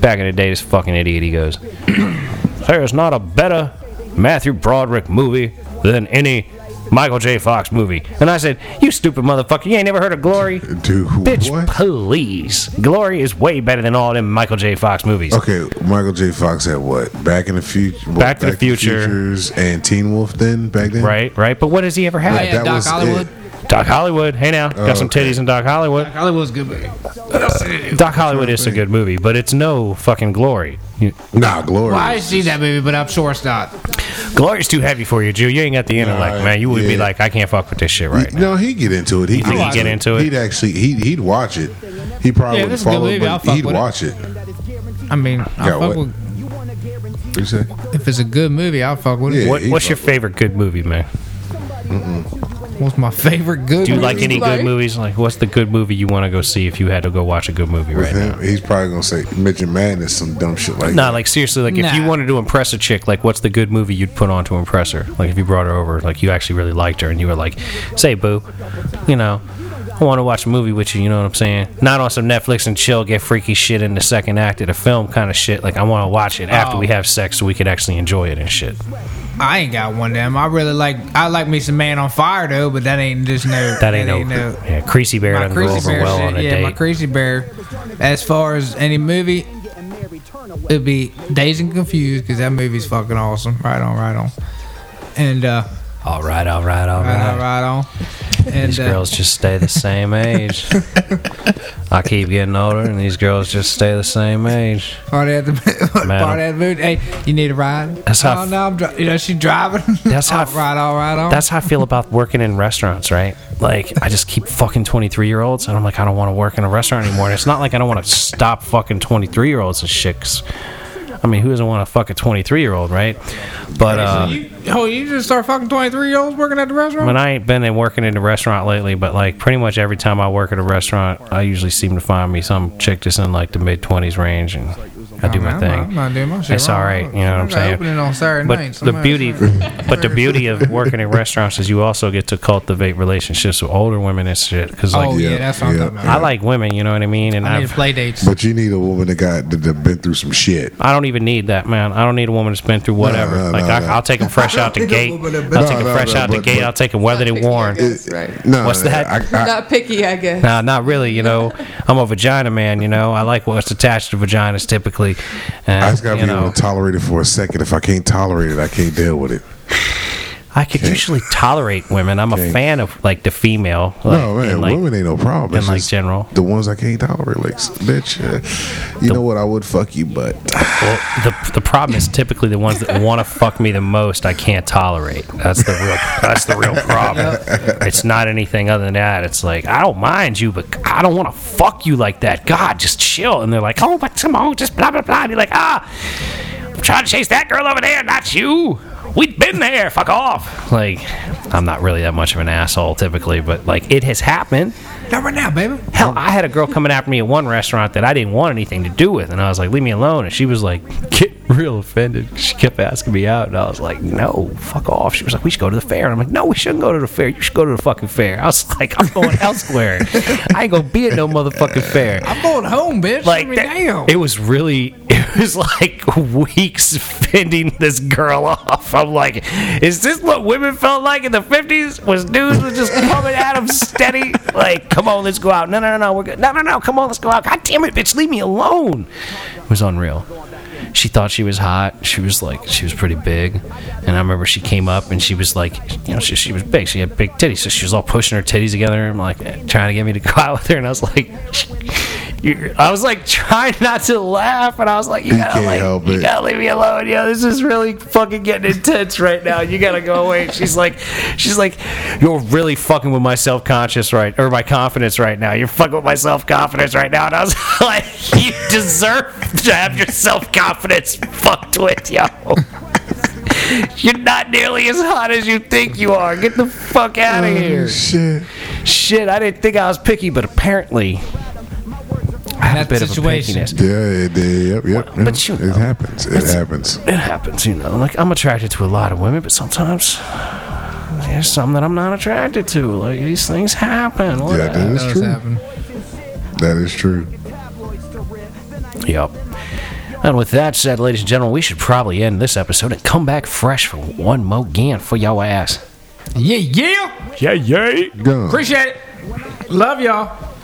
B: back in the day, this fucking idiot, he goes, There's not a better Matthew Broderick movie than any Michael J. Fox movie. And I said, You stupid motherfucker, you ain't never heard of Glory?
D: Dude,
B: Bitch,
D: what?
B: please. Glory is way better than all them Michael J. Fox movies.
D: Okay, Michael J. Fox had what? Back in the future.
B: Back to the Future.
D: Futures and Teen Wolf. Then back then,
B: Right, right. But what has he ever had?
A: Oh, yeah,
D: that
A: Doc
D: was
A: Hollywood.
D: it.
B: Doc Hollywood. Hey now, got some
D: okay.
B: titties in Doc Hollywood.
A: Hollywood's good. But
B: Doc Hollywood is a good movie, but it's no fucking glory. You,
D: Nah, glory.
A: well, I see that movie, but I'm sure it's not.
B: Glory's too heavy for you, Jew. You ain't got the intellect,
D: Nah,
B: man. You would be
D: yeah.
B: like, I can't fuck with this shit right
D: He-
B: now.
D: no, he'd get into it. He'd
B: think he'd get into it?
D: He'd actually he he'd watch it. He probably
A: Yeah,
D: wouldn't
A: this is a good
D: follow,
A: movie. I'll
D: but
A: fuck
D: he'd
A: with it.
D: watch it.
A: I mean, I fuck
D: Got what?
A: with,
D: What you say?
A: if it's a good movie, I'll fuck with
D: Yeah,
A: it.
B: What,
D: he
B: what's your
D: fuck
B: favorite good movie, man?
A: What's my favorite good
B: Do you
A: movie?
B: like any
C: Like-
B: good movies? Like, what's the good movie you want to go see if you had to go watch a good movie
D: with
B: right now?
D: him, he's probably gonna say Midget Madness, some dumb shit like
B: Nah,
D: that.
B: like seriously, like if you
A: Nah.
B: wanted to impress a chick, like what's the good movie you'd put on to impress her? Like if you brought her over, like you actually really liked her and you were like, say, boo, you know, I want to watch a movie with you, you know what I'm saying? Not on some Netflix and chill, get freaky shit in the second act of the film kind of shit. Like I want to watch it after
A: Oh.
B: we have sex so we could actually enjoy it and shit.
A: I ain't got one of them. I really like. I like me some Man on Fire though, but that ain't just no.
B: That ain't, no, yeah, Creasy Bear
A: My
B: doesn't go
A: crazy
B: over
A: bear
B: well
A: shit.
B: on a
A: yeah, my
B: date.
A: crazy bear. As far as any movie, it'd be Days and Confused because that movie's fucking awesome. Right on, right on. And uh,
B: all right, all right, all
A: right, on,
B: right.
A: right on. And
B: These
A: uh,
B: girls just stay the same age. I keep getting older, and these girls just stay the same age.
A: Party at the party at the moon. Hey, you need a ride?
B: That's how-
A: Oh, no, I'm dri- you know she driving.
B: That's how-
A: All right, all right, all.
B: That's how I feel about working in restaurants, right? Like, I just keep fucking 23 year olds, and I'm like, I don't want to work in a restaurant anymore. And it's not like I don't want to stop fucking 23 year olds and shit. 'cause, I mean, who doesn't want to fuck a 23 year old, right? But, uh,
A: you, oh, you just start fucking twenty three year olds working at the restaurant.
B: when I ain't been in working in a restaurant lately, but like pretty much every time I work at a restaurant, I usually seem to find me some chick just in like the mid 20s range, and I do my
A: I'm
B: thing.
A: not- I'm not doing my shit
B: It's
A: wrong.
B: all right, you know what
A: I'm
B: I'm
A: not
B: saying.
A: opening on Saturday
B: but
A: nights.
B: the
A: I'm
B: beauty,
A: not saying-
B: but the beauty of working in restaurants is you also get to cultivate relationships with older women and shit. Because like,
A: oh yeah, that's what I'm
D: yeah.
A: talking about.
B: I like women, you know what I mean, and
A: I need
B: I've,
A: to play dates.
D: But you need a woman that got that, that been through some shit.
B: I don't even need that, man. I don't need a woman that's been through whatever.
D: no,
B: like
D: no,
B: I,
D: no.
B: I'll take them fresh out the
A: need a
B: gate.
A: woman that
B: I'll
A: been-
B: take
D: No,
B: them
D: no,
B: fresh
D: no,
B: out the
D: but-
B: gate.
D: but-
B: I'll take them whether they worn.
C: That's right.
D: No,
B: What's
D: no,
B: that?
D: I, I,
C: Not picky, I guess.
B: Nah, not really. You know, I'm a vagina man. You know, I like what's attached to vaginas typically. And,
D: I just gotta
B: you
D: be
B: know,
D: able to tolerate it for a second. If I can't tolerate it, I can't deal with it.
B: I could usually tolerate women. I'm a
D: Can't.
B: fan of like the female. Like,
D: no man,
B: and, like,
D: women ain't no problem. It's
B: in, like,
D: just
B: general.
D: the ones I can't tolerate, like s- bitch. Uh, you know what? I would fuck you, but
B: Well, the, the problem is typically the ones that want to fuck me the most I can't tolerate. That's the real that's the real problem. It's not anything other than that. It's like I don't mind you, but I don't want to fuck you like that. God, just chill. And they're like, oh, but come on, just blah blah blah. And you're like, ah, I'm trying to chase that girl over there, not you. We've been there. Fuck off. Like, I'm not really that much of an asshole typically, but like it has happened.
A: Not right now, baby.
B: Hell, I had a girl coming after me at one restaurant that I didn't want anything to do with, and I was like, "Leave me alone." And she was like, "Get real offended." She kept asking me out, and I was like, "No, fuck off." She was like, "We should go to the fair," and I'm like, "No, we shouldn't go to the fair. You should go to the fucking fair." I was like, "I'm going elsewhere. I ain't gonna be at no motherfucking fair."
A: I'm going home, bitch.
B: Like,
A: I mean,
B: that-
A: damn.
B: it was really, it was like weeks fending this girl off. I'm like, is this what women felt like in the 50s? Was dudes was just coming at them steady? Like, come on, let's go out. No, no, no, no, we're good. No, no, no, come on, let's go out. God damn it, bitch, leave me alone. It was unreal. She thought she was hot. She was like, she was pretty big. And I remember she came up and she was like, you know, she, she was big. She had big titties. So she was all pushing her titties together and like trying to get me to go out with her. And I was like, you I was like trying not to laugh. And I was like, you
D: You
B: gotta,
D: can't
B: like,
D: help
B: you
D: it.
B: gotta leave me alone. Yo, this is really fucking getting intense right now. You gotta go away. And She's like, she's like, you're really fucking with my self conscious right or my confidence right now. You're fucking with my self confidence right now. And I was like, you deserve to have your self confidence fucked with, yo. You're not nearly as hot as you think you are. Get the fuck out
A: Mm.
B: of here.
D: shit.
B: Shit, I didn't think I was picky, but apparently I
A: That's
B: have a bit of a
A: situation.
B: pickiness.
D: Yeah, it, yep, yep. yeah.
B: but you know,
D: it happens. It happens.
B: it happens, you know. Like I'm attracted to a lot of women, but sometimes there's some that I'm not attracted to. Like these things happen. What
D: Yeah, that
A: That
D: is
A: does
D: true.
A: happen.
D: That is true.
B: the- Yep. And with that said, ladies and gentlemen, we should probably end this episode and come back fresh for one more gan for your ass.
A: Yeah, yeah.
B: Yeah, yeah.
D: Gone.
A: Appreciate it. Love y'all.